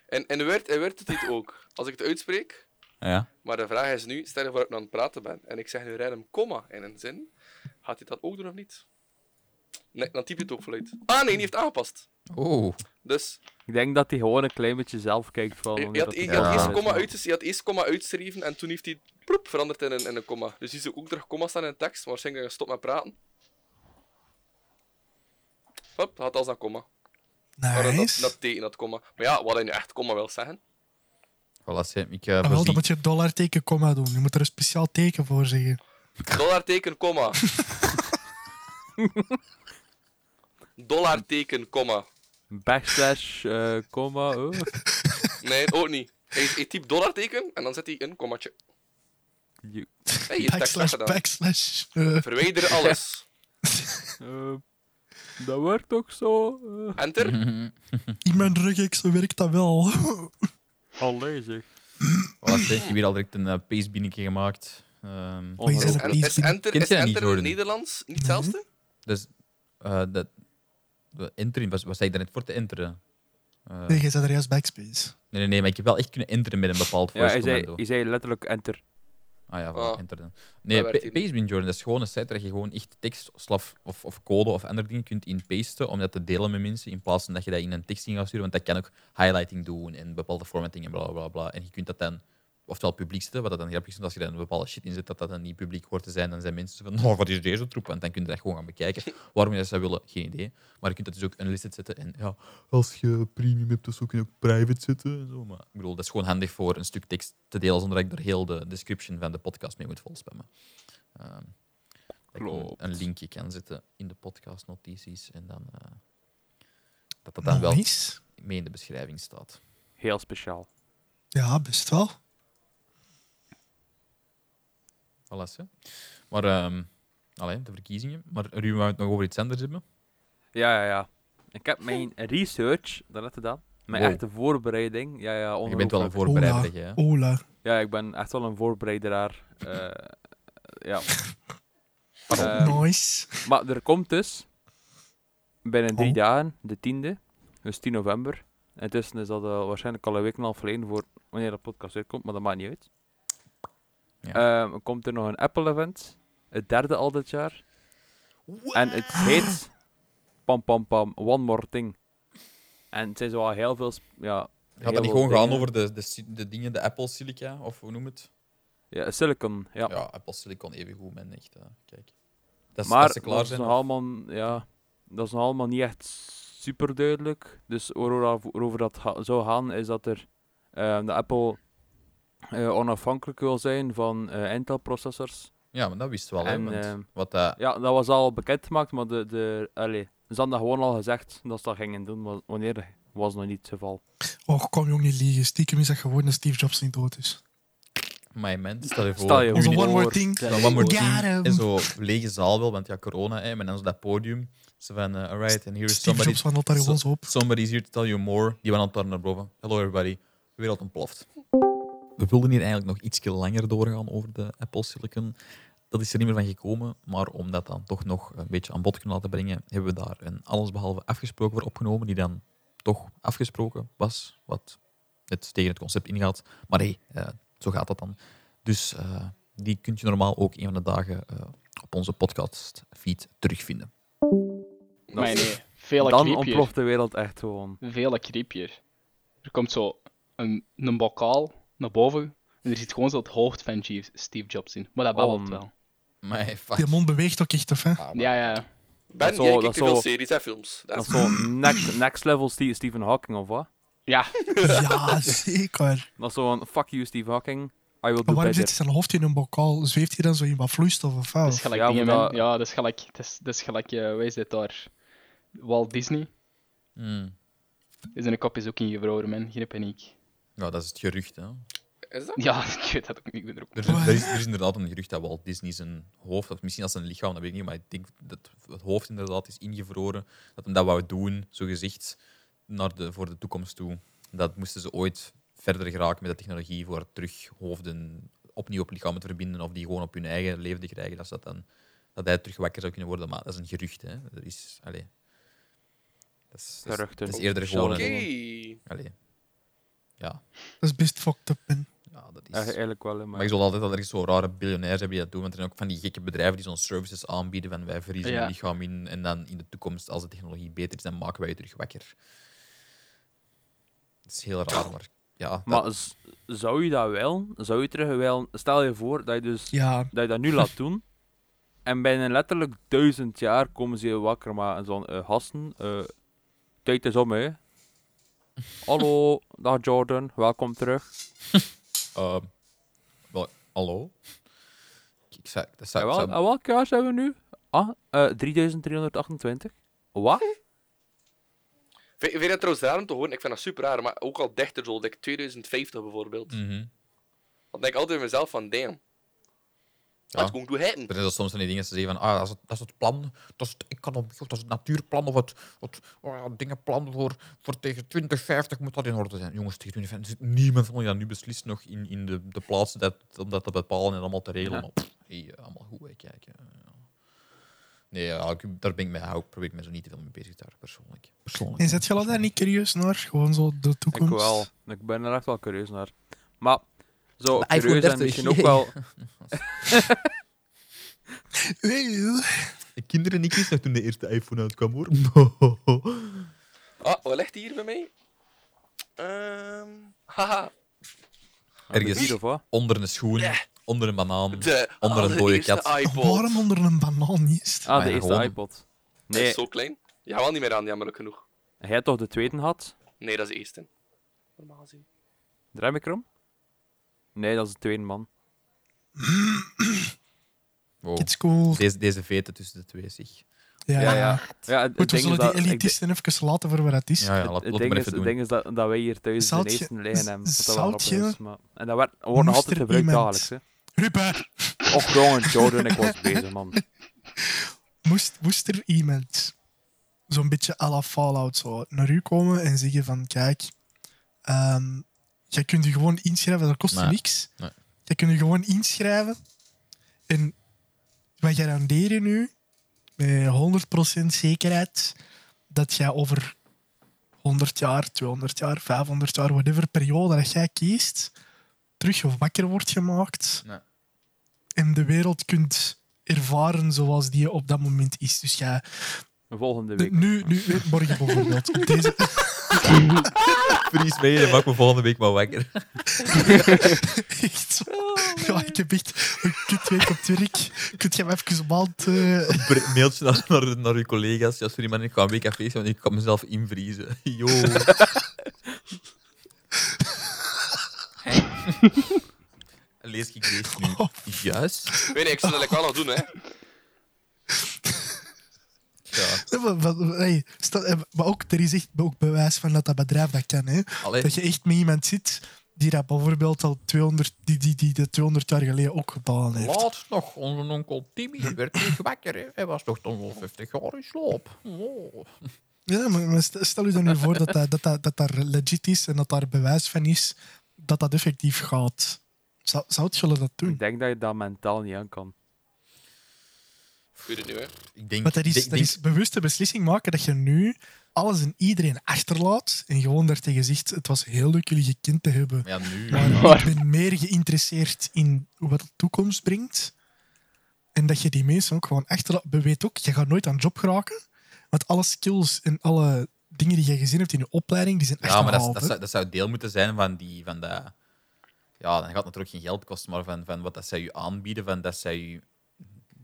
S4: En, en werd, en werd het dit ook? Als ik het uitspreek.
S1: Ja.
S4: Maar de vraag is nu, stel je voor dat ik nou aan het praten ben en ik zeg nu random comma in een zin, gaat hij dat ook doen of niet? Nee, dan typ je het ook voluit. Ah nee, die heeft aangepast.
S1: Oh.
S4: Dus
S2: ik denk dat hij gewoon een klein beetje zelf kijkt van...
S4: je, je
S2: wanneer
S4: had,
S2: dat
S4: e- je
S2: hij
S1: ja.
S4: had
S2: klaar
S4: eerst
S2: is.
S4: komma uit, je had eerst komma uitschreven en toen heeft hij het ploep veranderd in een, in een komma. Dus die zou ook terug komma staan in de tekst, maar waarschijnlijk dat je stopt met praten. Hop, had als een komma. Maar dat-
S3: Nice.
S4: Dat, dat teken, dat komma. Maar ja, wat hij nu echt komma wil zeggen.
S1: Voilà, Sam, ik eh
S3: Ah, wel, dan
S1: voorzie...
S3: moet je een dollarteken komma doen. Je moet er een speciaal teken voor zeggen.
S4: Dollarteken, komma. Dollarteken, komma.
S2: Backslash, eh, komma, oh.
S4: Nee, ook niet. Hij, hij typt dollarteken en dan zet hij een kommatje.
S2: Je-
S4: Hey, je hebt tekst
S3: Backslash,
S4: weggedaan.
S3: backslash. eh,
S4: Verwijder alles.
S2: eh, dat werkt ook zo. eh.
S3: Mhm.
S4: Enter.
S3: in mijn rug, zo werkt dat wel.
S2: Allee zeg.
S1: Voilà, Sam, ik heb hier al direct een uh, pastebinnetje gemaakt. Ehm
S3: is
S2: Ongelooflijk.
S4: En is enter,
S1: Kent
S4: is
S1: jij dat niet,
S4: enter in het
S1: Jordan?
S4: Nederlands
S3: Mhm.
S4: niet hetzelfde?
S1: dus, eh dat... de Entering, was, was hij daar net voor te enteren? Eh,
S3: Nee, jij zet er juist backspace.
S1: nee, nee, nee, maar ik heb wel echt kunnen enteren met een bepaald
S2: Ja,
S1: voice
S2: hij zei,
S1: commando.
S2: hij zei letterlijk enter.
S1: Ah ja, voilà,
S4: Ah.
S1: enter dan. Nee,
S4: werkt
S1: pa-
S4: hier
S1: Pastebin Jordan, dat is gewoon een site waar je gewoon echt tekst slaf, of, of code of andere dingen kunt inpasten om dat te delen met mensen in plaats van dat je dat in een tekst in gaat sturen, want dat kan ook highlighting doen en bepaalde formatting en bla bla bla. En je kunt dat dan, oftewel publiek zetten, wat dat dan grappig is, want als je dan een bepaalde shit inzet dat dat dan niet publiek hoort te zijn, dan zijn mensen van, nou, wat is deze troep? En dan kun je dat gewoon gaan bekijken. Waarom je dat zou willen, geen idee. Maar je kunt dat dus ook unlisted zetten en ja, als je premium hebt, dan zou je ook private zetten. en Zo. Maar ik bedoel, dat is gewoon handig voor een stuk tekst te delen zonder dat ik er heel de description van de podcast mee moet volspammen. Ehm, dat ik gewoon
S2: Klopt.
S1: Een linkje kan zetten in de podcastnotities en dan eh, dat dat dan wel
S3: Nice.
S1: mee in de beschrijving staat.
S2: Heel speciaal.
S3: Ja, best wel.
S1: Alles, hè. Maar, ehm allee, de verkiezingen. Maar Ruben, wou het nog over iets anders hebben?
S2: Ja, ja, ja. Ik heb mijn research daarnet gedaan. Mijn
S1: Wow.
S2: echte voorbereiding. Ja, ja,
S1: Je bent wel een
S2: ongelooflijk.
S1: voorbereider, hè?
S3: Ola.
S2: Ja, ik ben echt wel een voorbereideraar. eh, ja. Ehm,
S3: Nice.
S2: maar er komt dus binnen drie
S3: Oh.
S2: dagen, de tiende, dus 10 november. Intussen is dat eh, waarschijnlijk al een week en een half geleden voor wanneer de podcast uitkomt, maar dat maakt niet uit. Ehm, er komt er nog een Apple-event, het derde al dit jaar. En het heet Pam Pam Pam, One More Thing. En het zijn zo al heel veel... sp- Ja,
S1: Gaat dat
S2: heel
S1: niet
S2: veel
S1: gewoon gaan
S2: dingen.
S1: over de, de, si- de dingen, de Apple Silica, of hoe noem het?
S2: Ja, Silicon, ja.
S1: Ja, Apple Silicon evengoed, men echt. eh, kijk. Dat is,
S2: maar
S1: dat ze klaar
S2: dat is
S1: zijn.
S2: nog
S1: of-
S2: allemaal, ja, dat is nog allemaal niet echt super duidelijk. Dus waarover waarover dat ga- zou gaan, is dat er eh, de Apple eh, onafhankelijk wil zijn van eh, Intel-processors.
S1: Ja, maar dat wist wel, hè.
S2: En,
S1: Want
S2: ehm,
S1: wat dat...
S2: Ja, dat was al bekendgemaakt, maar de, de, allee, ze hadden dat gewoon al gezegd dat ze dat gingen doen, maar wanneer was nog niet het geval.
S3: Och, kom jong niet liegen. Stiekem is dat gewoon dat Steve Jobs niet dood is.
S1: My man, stel je voor.
S2: Stel je
S3: Onze
S2: voor.
S3: one more thing.
S1: Dan one more thing.
S3: Got him.
S1: En zo lege zaal wel, want ja, corona, hè. Maar dan zo dat podium. Ze van, eh, alright, and here is
S3: Steve
S1: somebody...
S3: Jobs wandelt daar gewoon
S1: so-
S3: zo op.
S1: Somebody's here to tell you more. Die wandelt daar naar boven. Hello everybody. De wereld ontploft. We wilden hier eigenlijk nog ietsje langer doorgaan over de Apple Silicon. Dat is er niet meer van gekomen, maar om dat dan toch nog een beetje aan bod kunnen laten brengen, hebben we daar een allesbehalve afgesproken voor opgenomen, die dan toch afgesproken was, wat het tegen het concept ingaat. Maar hey, eh, zo gaat dat dan. Dus eh, die kun je normaal ook een van de dagen eh, op onze podcast feed terugvinden.
S5: Maar nee, vele
S2: Dan
S5: creepier.
S2: ontploft de wereld echt gewoon.
S5: Vele creepier. Er komt zo een, een bokaal naar boven en er zit gewoon zo het hoofd van Jeeves- Steve Jobs in. Maar dat
S2: Oh,
S5: babbelt
S2: man.
S5: wel.
S1: Maar hey, fuck.
S3: Die mond beweegt ook echt, of hè?
S2: Ah.
S5: Ja, ja.
S2: Dat
S4: Ben,
S2: zal-
S4: jij
S2: dat
S4: kijkt te veel
S2: zal-
S4: series en films. Dat
S2: Dat is
S4: is-
S2: zo'n next, next level Ste- Stephen Hawking of wat?
S5: Ja,
S3: Oh. Ja, zeker.
S2: Dat is zo'n fuck you Stephen Hawking, I will do
S3: Maar waarom
S2: better.
S3: zit zijn hoofd in een bokaal? Zweeft hij dan zo in wat vloeistof of
S5: dat is
S3: wat?
S5: gelijk
S2: Ja,
S5: dingen,
S2: maar
S5: man.
S2: dat-
S5: Ja, dat is gelijk, dat is, dat is gelijk eh, wat is dit daar? Walt Disney.
S1: Hmm.
S5: Is een kop is ook ingevroren, man. Geen paniek.
S1: Nou, dat is het gerucht. Hè.
S4: Is dat?
S5: Ja, ik weet dat ook niet. Ik ben er ook
S1: Er, is, er, is, er is inderdaad een gerucht dat Walt Disney zijn hoofd, of misschien als zijn lichaam, dat weet ik niet, maar ik denk dat het hoofd inderdaad is ingevroren. Dat hem dat wou doen, zo gezegd, naar de, voor de toekomst toe. Dat moesten ze ooit verder geraken met de technologie voor terug hoofden opnieuw op lichamen te verbinden of die gewoon op hun eigen leven te krijgen. Dat, ze dat, dan, dat hij terug wakker zou kunnen worden, maar dat is een gerucht. Hè. Dat is, allee. Dat is, dat is-
S2: Geruchten.
S1: dat is eerder
S2: Officieel
S1: gewoon
S4: Oké.
S1: een... Allee. Ja,
S3: Dat is best fucked up, man.
S1: ja, dat is...
S2: Ja, Eh, eigenlijk wel, hè, maar...
S1: Maar je zult altijd dat er zo rare biljonairs hebben die dat doen. Want er zijn ook van die gekke bedrijven die zo'n services aanbieden van wij vriezen
S5: Ja.
S1: je lichaam in en dan in de toekomst, als de technologie beter is, dan maken wij je terug wakker. Dat is heel raar, maar ja. dat-
S2: Maar z- zou je dat wel? Zou je terug wel? Stel je voor dat je, dus,
S3: Ja,
S2: dat, je dat nu laat doen. En binnen letterlijk duizend jaar komen ze je wakker. Maar zo'n eh gasten, eh, tijd is om, hè. Hallo, dag Jordan, welkom terug.
S1: ehm, wel, hallo? Ik- Ik zou, dat
S2: En
S1: zou,
S2: wel,
S1: zou-
S2: en welk jaar zijn we nu? Ah, eh, 3328. Wat?
S4: Vind vind je dat trouwens daarom te horen? Ik vind dat super raar, maar ook al dichter zo, like 2050 bijvoorbeeld.
S1: Mhm.
S4: Dan denk ik altijd bij mezelf van, damn.
S1: Ja.
S4: Dat kon ik doen hebben.
S1: Er zijn zo soms van die dingen ze zeggen van, ah, dat is het, dat is het plan, dat is het, ik kan op, dat is het natuurplan of het, het oh ja, dingenplan voor, voor tegen 2050 moet dat in orde zijn. Jongens, tegen 2050 er zit niemand van jullie dat nu beslist nog in, in de, de plaats dat, om dat te bepalen en allemaal te regelen.
S2: Ja.
S1: Maar, pff, hey, eh, allemaal goed, hè, kijk. eh, ja. Nee, ja, ik- daar ben ik mee, hou- probeer ik me zo niet te veel mee bezig daar, persoonlijk. persoonlijk
S3: en zet je al daar niet curieus naar? Gewoon zo de
S2: Ik
S3: toekomst.
S2: wel. Ik ben er echt wel curieus naar. Maar, zo
S1: De iPhone
S2: curieus
S1: 30,
S2: en misschien ook
S1: jee.
S2: wel...
S3: Wel,
S1: De kinderen niet eens toen de eerste iPhone uitkwam, hoor.
S4: Ah, wat ligt hier bij mij? Ehm haha,
S2: Hier,
S1: Ergens
S2: of wat?
S1: onder een schoen, onder een banaan.
S4: de
S1: Onder een dode
S4: allereerste
S1: kat.
S4: iPod.
S3: Waarom onder een banaan niet? eens?
S2: Ah,
S1: Maar
S2: de
S1: ja,
S2: eerste
S1: gewoon-
S2: iPod.
S4: Dat is
S2: Nee,
S4: zo klein. Ja, wel niet meer aan, jammerlijk genoeg.
S2: hij had toch de tweede gehad?
S4: Nee, dat is de eerste. Normaal gezien.
S2: Draai ik erom? Nee, dat is de tweede man.
S1: Wow.
S3: It's cool.
S1: Deze, deze veten tussen de twee, zich.
S3: Ja,
S2: Ja, ja. ja het, het
S3: Goed, we
S2: ding is dat...
S3: zullen die
S2: ik denk-
S3: elitisten even laten voor wat het is.
S1: Ja, ja,
S2: het-
S1: laat,
S2: het
S1: laat het
S2: ding
S1: maar
S2: is-
S1: even
S2: het
S1: doen.
S2: ding is dat, dat wij hier thuis
S3: Zout
S2: de
S3: je-
S2: eerste liggen hebben. Wat dat wel
S3: zout
S2: grappig
S3: je-
S2: is, maar... En dat werd- wordt nog
S3: Moest
S2: altijd
S3: er
S2: gebruikt
S3: iemand-
S2: dagelijks, hè.
S3: Ruben,
S2: Och, jongen, Jordan, ik was bezig, man.
S3: moest, moest er iemand zo'n beetje à la Fallout zo naar u komen en zeggen van, kijk, ehm jij kunt je gewoon inschrijven, dat kost je
S1: Nee.
S3: niks.
S1: Nee.
S3: Jij kunt je gewoon inschrijven en wij garanderen nu met 100% zekerheid dat jij over 100 jaar, 200 jaar, 500 jaar, whatever periode dat jij kiest, terug wakker wordt gemaakt
S1: Nee.
S3: en de wereld kunt ervaren zoals die op dat moment is. Dus jij
S2: Volgende
S3: de-
S2: week.
S3: nu, nu, morgen bijvoorbeeld, op deze,
S1: Vries mee, dan maak me volgende week maar wakker.
S3: echt zo. Ja, ik heb echt een kutweek op het werk. Kunt jij me even een maand... eh,
S1: Bre- Mailtje naar, naar, naar uw collega's. Ja, sorry man, ik ga een week aan feesten, want ik kan mezelf invriezen. Yo. Lees ik deze nu? Juist.
S4: Weet niet, ik zal dat like wel nog doen, hè.
S1: Ja.
S3: maar, maar- maar- hey, stel- eh, maar ook, er is echt ook bewijs van dat dat bedrijf dat kan. Hè?
S1: Allee.
S3: Dat je echt met iemand zit die dat bijvoorbeeld al 200, die, die, die, dat 200 jaar geleden ook gedaan heeft.
S1: Laatst nog, onze onkel Timmy werd niet wakker. hè. Hij was toch dan wel 50 jaar in slaap. Oh.
S3: Ja, maar, maar stel- stel je dan nu voor dat dat, dat, dat dat daar legit is en dat daar bewijs van is dat dat effectief gaat. Zou, zou het jullie dat doen?
S2: Ik denk dat je dat mentaal niet aan kan.
S4: Ik weet het niet, hè.
S1: Ik denk,
S3: Maar dat is,
S1: denk-
S3: dat is bewuste beslissing maken dat je nu alles en iedereen achterlaat en gewoon daartegen zegt, het was heel leuk jullie gekend te hebben.
S1: Ja, nu.
S3: Maar
S5: Maar-
S3: ik ben meer geïnteresseerd in wat de toekomst brengt. En dat je die mensen ook gewoon achterlaat. Je weet ook, je gaat nooit aan job geraken. Want alle skills en alle dingen die je gezien hebt in je opleiding, die zijn echt
S1: Ja, maar dat, is- dat, zou, dat zou deel moeten zijn van die. Van dat, ja, dan gaat het natuurlijk geen geld kosten, maar van, van wat dat zij je aanbieden, van dat zij je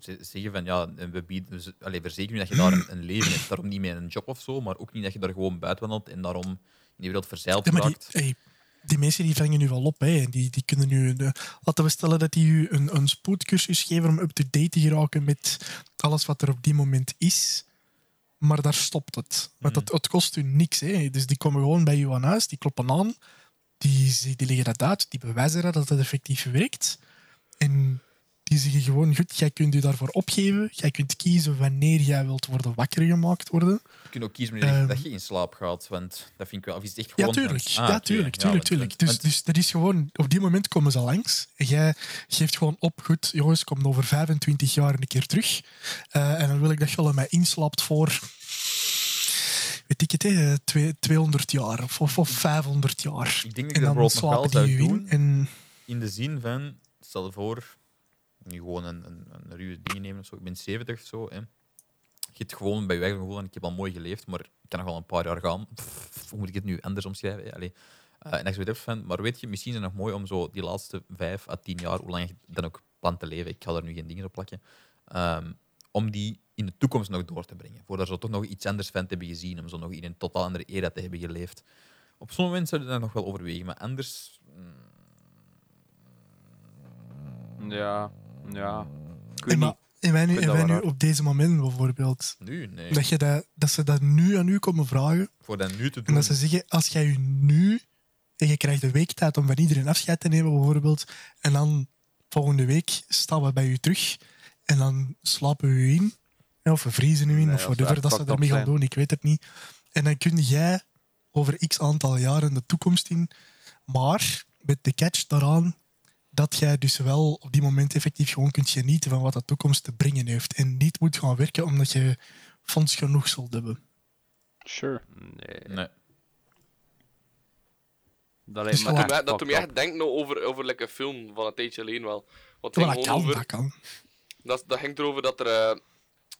S1: ze- zeggen van ja, en we bieden, we z- allee, verzekeren dat je daar een, een leven hebt. Daarom niet meer een job of zo, maar ook niet dat je daar gewoon buitenwandelt en daarom in die wereld verzeild
S3: Ja, maar die,
S1: raakt.
S3: hey, die mensen die vangen nu wel op. Hè. En Die, die kunnen nu, de- laten we stellen dat die u een, een spoedcursus geven om up-to-date te geraken met alles wat er op die moment is. Maar daar stopt het. Want dat, het kost u niks. Hè. Dus die komen gewoon bij u aan huis, die kloppen aan, die, ze- die leggen dat uit, die bewijzen dat dat het effectief werkt. En die zeggen gewoon, goed, jij kunt u daarvoor opgeven. Jij kunt kiezen wanneer jij wilt worden wakker gemaakt worden.
S1: Je kunt ook kiezen wanneer
S3: Ehm.
S1: dat je in slaap gaat, want dat vind ik wel. Of is het echt
S3: Ja,
S1: gewoon.
S3: tuurlijk.
S1: Ah,
S3: ja,
S1: oké.
S3: tuurlijk,
S1: Ja,
S3: tuurlijk,
S1: want-
S3: tuurlijk.
S1: want-
S3: Dus,
S1: want-
S3: dus dat is gewoon... Op die moment komen ze langs. En Jij geeft gewoon op, goed, jongens, kom over 25 jaar een keer terug. Eh, en dan wil ik dat je al aan mij inslapt voor... Weet ik het, hè, eh, twee- 200 jaar of, of, of 500 jaar.
S1: ik denk dat
S3: En
S1: ik dat
S3: dan
S1: bijvoorbeeld nog wel
S3: slapen
S1: zou
S3: die je
S1: doen.
S3: in. En
S1: in de zin van, stel je voor, nu gewoon een, een, een ruwe ding nemen of zo. Ik ben 70 of zo. Hè. Je hebt gewoon bij je eigen gevoel, en ik heb al mooi geleefd, maar ik kan nog wel een paar jaar gaan. Pff, hoe moet ik het nu anders omschrijven? hè? Allee. Eh, en dat je zoiets hebt van, maar weet je, misschien is het nog mooi om zo die laatste vijf à tien jaar, hoe lang je dan ook plant te leven, ik ga daar nu geen dingen op plakken, ehm, om die in de toekomst nog door te brengen. Voor daar zo toch nog iets anders van te hebben gezien, om zo nog in een totaal andere era te hebben geleefd. Op sommige moment zou je dat nog wel overwegen, maar anders... mm,
S2: Ja, ja. Ik weet
S3: en
S2: niet.
S3: maar- en wij nu,
S2: vind
S3: en
S2: dat
S3: wij
S2: wel
S3: nu
S2: raar.
S3: op deze moment bijvoorbeeld...
S1: Nu? Nee.
S3: Dat, je dat, dat ze dat nu aan u komen vragen.
S1: Voor dat nu te
S3: En
S1: doen.
S3: dat ze zeggen, als jij je nu... En je krijgt een week tijd om van iedereen afscheid te nemen, bijvoorbeeld. En dan volgende week staan we bij u terug. En dan slapen we u in. hè, Of we vriezen u in,
S2: Nee,
S3: of
S2: dat zou
S3: whatever
S2: echt
S3: dat ze
S2: fucked
S3: daarmee
S2: up
S3: gaan
S2: zijn.
S3: doen. Ik weet het niet. En dan kun jij over x aantal jaren de toekomst in. Maar met de catch daaraan dat jij dus wel op die moment effectief gewoon kunt genieten van wat de toekomst te brengen heeft. En niet moet gaan werken omdat je fonds genoeg zult hebben.
S5: Sure.
S2: Nee.
S1: Nee.
S2: Dat lijkt
S3: Dus
S2: me
S3: voilà.
S2: echt
S4: Maar dat
S2: fucked
S4: doet mij
S2: up.
S4: echt denken over, over like, een film van een tijdje alleen wel. Want het
S3: Terwijl dat
S4: ging gewoon
S3: kan,
S4: over,
S3: dat kan.
S4: dat, dat ging erover dat er. eh,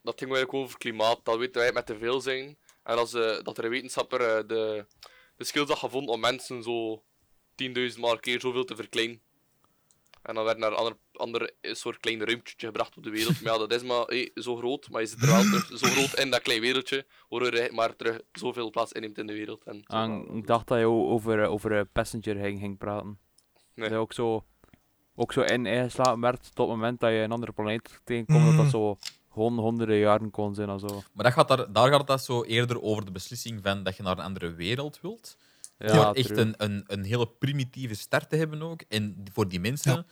S4: dat ging eigenlijk over klimaat, dat weten wij met te veel zijn. En als, eh, dat er een wetenschapper eh, de, de skills had gevonden om mensen zo 10.000 maal keer zoveel te verkleinen. En dan werd naar een ander, ander soort klein ruimtje gebracht op de wereld. Maar ja, dat is maar hé, zo groot, maar je zit er wel terug zo groot in dat klein wereldje, waardoor je maar terug zoveel plaats inneemt in de wereld. En zo.
S2: Ah, ik dacht dat je o- over, eh, over eh, Passenger ging, ging praten.
S4: Nee.
S2: Dat je ook zo, ook zo in ingeslapen werd tot het moment dat je een andere planeet tegenkomt, dat dat
S3: Mm.
S2: zo hon- honderden jaren kon zijn of zo.
S1: Maar dat gaat daar, daar gaat dat zo eerder over de beslissing van dat je naar een andere wereld wilt.
S2: Ja,
S1: door echt
S2: true.
S1: een, een, een hele primitieve start te hebben ook. En voor die mensen,
S3: Ja.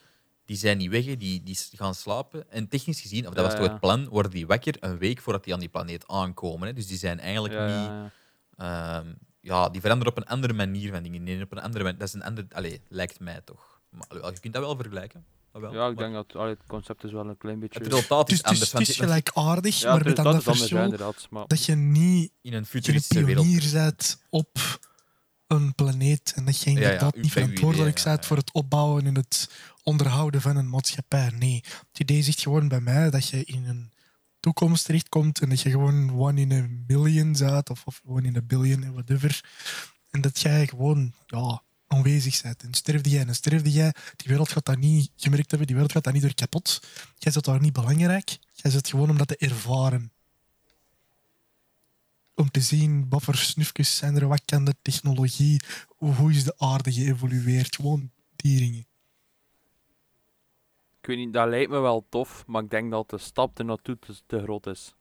S1: die zijn niet weg, hè, die, die s- gaan slapen. En technisch gezien, of dat
S2: Ja,
S1: was toch
S2: ja.
S1: het plan, worden die wakker een week voordat die aan die planeet aankomen. Hè. Dus die zijn eigenlijk
S2: Ja,
S1: niet...
S2: ja, ja.
S1: ehm, ja, die veranderen op een andere manier van dingen. Nee, op een andere manier. Dat is een ander... Allee, lijkt mij toch. Maar, alhoewel, je kunt dat wel vergelijken. Dat wel,
S2: Ja, ik
S1: maar
S2: denk dat allee, het concept is wel een klein beetje...
S1: Het resultaat
S3: Dus,
S1: is
S3: dus
S1: anders.
S3: het
S1: want
S3: is
S1: je- want
S3: gelijkaardig,
S2: ja,
S3: maar
S2: het
S3: met dan
S2: resultaat
S3: dat
S2: is anders, ja,
S3: verschil
S2: inderdaad. Maar
S3: dat je niet
S1: in een
S3: geen
S1: futuristische wereld
S3: pionier bent op een planeet en dat je
S1: ja,
S3: inderdaad
S1: u
S3: niet
S1: bent wie
S3: verantwoordelijk
S1: idee,
S3: bent
S1: ja, ja.
S3: voor het opbouwen en het onderhouden van een maatschappij. Nee, het idee zegt gewoon bij mij dat je in een toekomst terechtkomt en dat je gewoon one in a million bent of, of one in a billion en whatever. En dat jij gewoon ja, aanwezig bent. En sterfde jij en sterfde jij, die wereld gaat dat niet gemerkt hebben, die wereld gaat dat niet door kapot. Jij zit daar niet belangrijk, jij zit gewoon om dat te ervaren om te zien wat voor snufjes zijn er, wat kan de technologie, hoe hoe is de aarde geëvolueerd, gewoon dieringen.
S2: ik weet niet, dat lijkt me wel tof, maar ik denk dat de stap er naartoe te, te groot is.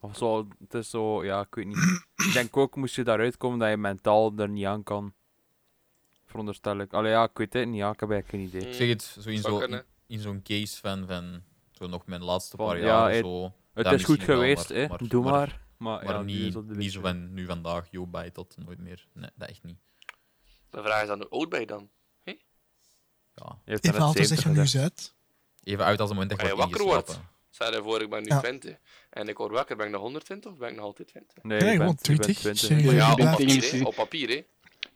S2: Of zo, het is zo, ja, ik weet niet. ik denk ook, moest je daaruit komen, dat je mentaal er niet aan kan. Veronderstel ik. Allee, ja, ik weet het niet, ja, ik heb eigenlijk geen idee.
S1: Ik zeg het zo in
S4: Zou
S1: zo-
S4: kunnen.
S1: in- in zo'n case van, van zo nog mijn laatste
S2: Van,
S1: paar
S2: ja,
S1: jaar.
S2: het-
S1: zo,
S2: Het
S1: daar
S2: is goed
S1: misschien wel,
S2: geweest,
S1: maar-
S2: hè.
S1: maar-
S2: Doe
S1: maar-
S2: maar. Maar,
S1: maar
S2: ja, die is
S1: niet,
S2: op de
S1: niet zo
S2: beetje-
S1: van nu vandaag, yo, bye, tot nooit meer. Nee, dat echt niet.
S4: De vraag is dan, hoe oud ben je dan?
S1: Ja.
S2: Je hebt
S3: In
S2: daarnet
S3: verhaal zeg je
S2: 70
S3: nu
S2: gezegd.
S3: eens uit.
S1: Even uit als een moment dat je
S4: Maar je
S1: wordt
S4: wakker wordt.
S1: ingeslapen.
S4: Stel je voor, ik ben nu
S3: Ja.
S4: 20. En ik word wakker, ben ik nog 120 of ben ik nog altijd 20?
S2: Nee,
S3: Nee,
S2: je
S3: gewoon
S2: bent- je bent
S3: 20.
S2: 20.
S3: Serieus.
S4: Maar ja,
S3: je
S4: op
S3: bent-
S4: papier,
S5: Tegen-
S4: hè. Op papier, hè.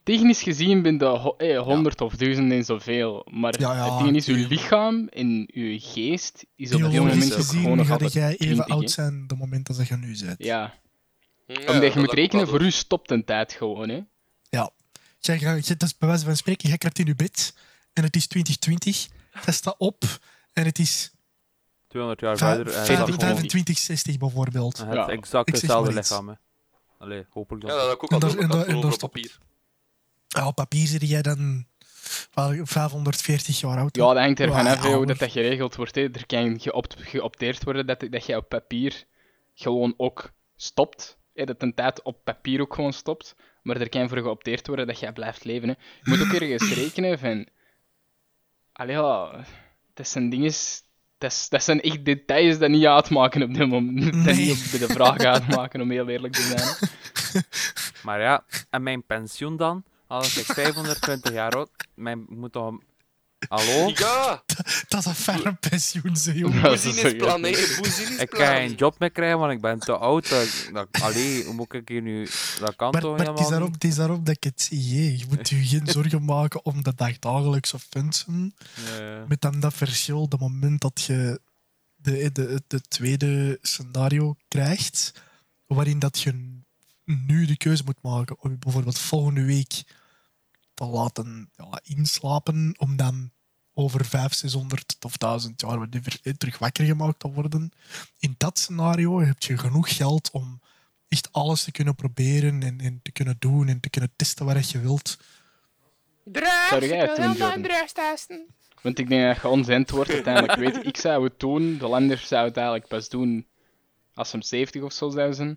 S5: Technisch gezien ben je ho- eh, 100 of 1000 en zoveel, maar
S3: Ja, ja,
S5: het ding is, je
S3: oké.
S5: lichaam en je geest is op dit
S3: Biologisch
S5: moment ook gewoon
S3: gezien
S5: nog
S3: ga
S5: altijd
S3: jij even
S5: 20, hè.
S3: oud zijn op het moment dat je nu bent.
S5: Ja,
S4: Ja,
S5: omdat
S4: dat
S5: je moet
S4: lijkt me
S5: rekenen,
S4: wel
S5: voor u stopt een tijd gewoon, hè.
S3: Jij, gaat- je- dat is bij wijze van spreken, jij kruipt in je bed en het is 2020. Jij staat op en het is
S2: 200 jaar
S3: vijf-
S5: eh,
S2: verder. En je
S3: vijf-
S2: hebt gewoon
S3: 2560 bijvoorbeeld.
S2: je hebt
S5: Ja.
S2: exact
S3: Ik zeg
S2: hetzelfde
S3: maar iets.
S2: lichaam. hè. Allee, hopelijk
S4: dood.
S2: dan.
S4: Ja, dat heb ik ook
S3: En
S4: al
S3: daar-
S4: door,
S3: en
S4: dat
S3: daar- en
S4: gewoon
S3: daar
S4: op
S3: stopt.
S4: papier.
S3: Ja, op papier zit jij dan wel 540 jaar oud.
S5: Ja, dat hangt ervan
S3: Ja,
S5: af hè, hoe
S3: ouder.
S5: dat, dat geregeld wordt. Hè. Er kan geopt, geopteerd worden dat, dat je op papier gewoon ook stopt. Hè, dat een tijd op papier ook gewoon stopt. Maar er kan voor geopteerd worden dat jij blijft leven. Hè. Je moet ook ergens rekenen van... Allee, ja, dat zijn dingen... Dat, is- dat zijn echt details dat niet uitmaken op dit moment. Dat
S3: Nee.
S5: niet op de vraag uitmaken, om heel eerlijk te zijn.
S2: Maar ja, en mijn pensioen dan? Als ik 520 jaar oud mijn ik moet toch... Hallo?
S4: Ja,
S3: Dat is een fijne pensioen, zeg, jongen.
S5: Dat is
S4: boezien
S5: zo,
S4: is
S5: ja.
S4: plan, hè. Boezien is
S2: Ik kan
S4: plan.
S2: geen job meer krijgen, want ik ben te oud. Dat, dat, allee, hoe moet ik hier nu... Dat kan
S3: Maar,
S2: toch
S3: maar het, is
S2: helemaal
S3: daarom,
S2: niet?
S3: het is daarom dat ik het zie. hè. Je moet je geen zorgen maken om de dagdagelijkse functen.
S2: Nee.
S3: Met dan dat verschil, op het moment dat je de, de, de tweede scenario krijgt, waarin dat je nu de keuze moet maken om je bijvoorbeeld volgende week te laten ja, inslapen, om dan over 500, 600 of 1000 jaar whatever, eh, terug wakker gemaakt te worden. In dat scenario heb je genoeg geld om echt alles te kunnen proberen en, en te kunnen doen en te kunnen testen wat je wilt.
S6: Drugs.
S5: Zou jij het doen,
S6: Wil
S5: Jordan?
S6: mijn drugs testen?
S5: Want ik denk dat je ons antwoord uiteindelijk weet. Ik zou het doen, de landers zou het eigenlijk pas doen als ze hem 70 of zo zouden zijn.
S3: Ja,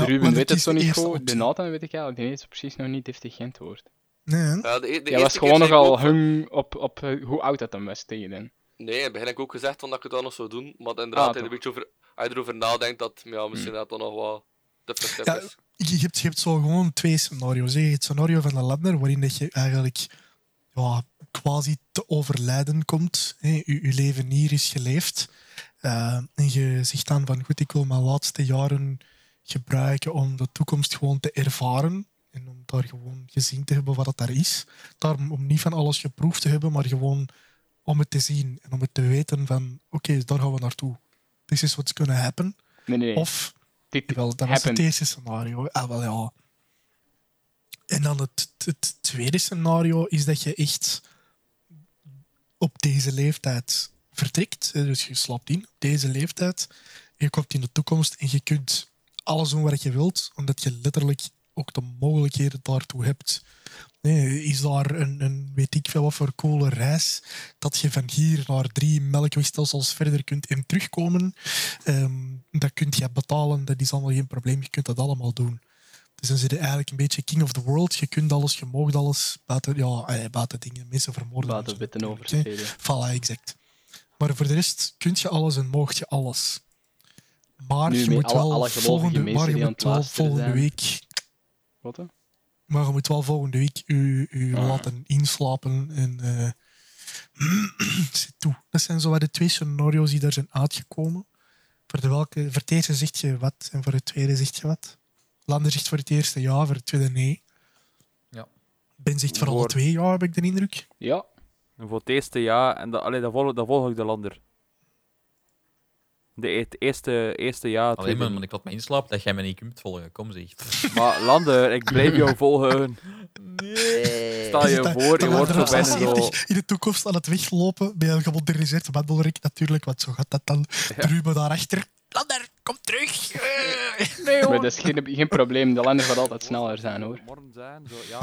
S3: maar
S5: Ruben
S3: dat
S5: weet het
S3: is
S5: zo
S3: de
S5: niet
S3: eerste
S5: goed. De
S3: optie.
S5: Nathan weet ik eigenlijk niet eens precies nog niet, heeft hij geen antwoord.
S3: Nee, hè?
S4: Ja, de, e- de
S5: Jij was
S4: eerste keer
S5: gewoon
S4: zei ik ook
S5: nogal
S4: van-
S5: hung op, op eh, hoe oud dat dan was tegen hem.
S4: Nee, in het begin heb ik ook gezegd van dat ik het dan nog zou doen. Maar inderdaad,
S5: Ah,
S4: hij er
S5: toch. Mm.
S4: een beetje over, als je erover nadenkt, dat ja, misschien dat dan nog wat te fris
S3: Ja,
S4: is.
S3: je hebt, je hebt zo gewoon twee scenario's. hè. Je hebt het scenario van de lander, waarin dat je eigenlijk ja, quasi te overlijden komt. hè. Je, je leven hier is geleefd. Eh, en je zegt dan van, goed, ik wil mijn laatste jaren gebruiken om de toekomst gewoon te ervaren. En om daar gewoon gezien te hebben wat dat daar is. Daarom om niet van alles geproefd te hebben, maar gewoon om het te zien. En om het te weten van, oké, daar gaan we naartoe. This is what's gonna happen.
S5: Nee, nee, nee.
S3: Of
S5: dit
S3: Jawel, dat is het
S5: happened.
S3: eerste scenario. Ah, wel ja. En dan het, het tweede scenario is dat je echt op deze leeftijd vertrekt. hè. Dus je slaapt in op deze leeftijd. Je komt in de toekomst en je kunt alles doen wat je wilt, omdat je letterlijk ook de mogelijkheden daartoe hebt. Nee, is daar een, een weet ik veel wat voor coole reis dat je van hier naar drie melkwegstelsels verder kunt en terugkomen? Ehm, dat kunt je betalen, dat is allemaal geen probleem. Je kunt dat allemaal doen. Dus dan zit je eigenlijk een beetje king of the world. Je kunt alles, je mag alles, buiten, ja, eh, buiten dingen, mensen vermoorden. en
S5: Laten
S3: zo
S5: we het
S3: natuurlijk, hè.
S5: overspelen.
S3: Voilà, exact. Maar voor de rest kun je alles en mocht je alles. Maar
S5: Nu,
S3: je
S5: met
S3: moet
S5: alle-
S3: wel
S5: alle gelovige
S3: volgende,
S5: mensen
S3: maar je
S5: die aan
S3: moet
S5: het
S3: wel
S5: luisteren
S3: volgende
S5: zijn.
S3: week.
S5: Wat? hè?
S3: Maar je moet wel volgende week je, je
S5: Ah.
S3: laten inslapen en eh, zit toe. Dat zijn zo wat de twee scenario's die daar zijn uitgekomen. Voor, de welke, voor het eerste zegt je wat en voor het tweede zegt je wat. Lander zegt voor het eerste ja, voor het tweede nee.
S1: Ja.
S3: Ben zegt voor alle
S2: Voor-
S3: twee ja, heb ik de indruk.
S5: Ja,
S2: En Voor het eerste jaar, en dat, allee, dan, volg, dan volg ik de lander. De, e- het eerste, eerste jaar.
S1: Alleen
S2: tweede
S1: maar, want ik laat me inslapen dat jij mij niet kunt volgen. Kom zeg.
S2: niet. Maar lander, ik blijf jou volgen.
S1: Nee.
S2: Stel Ah, je
S3: Is het dat-
S2: voor, je wordt
S3: dat lander
S2: zo
S3: op
S2: bijna
S3: zijn
S2: zo...
S3: 70 in de toekomst aan het weglopen bij een gemoderniseerd wandelrek natuurlijk, want zo gaat dat dan. De Ruben daarachter. Lander, kom terug!
S5: maar dat is geen, geen probleem. De lander gaat altijd sneller zijn hoor.
S2: Morgen zijn, zo, ja.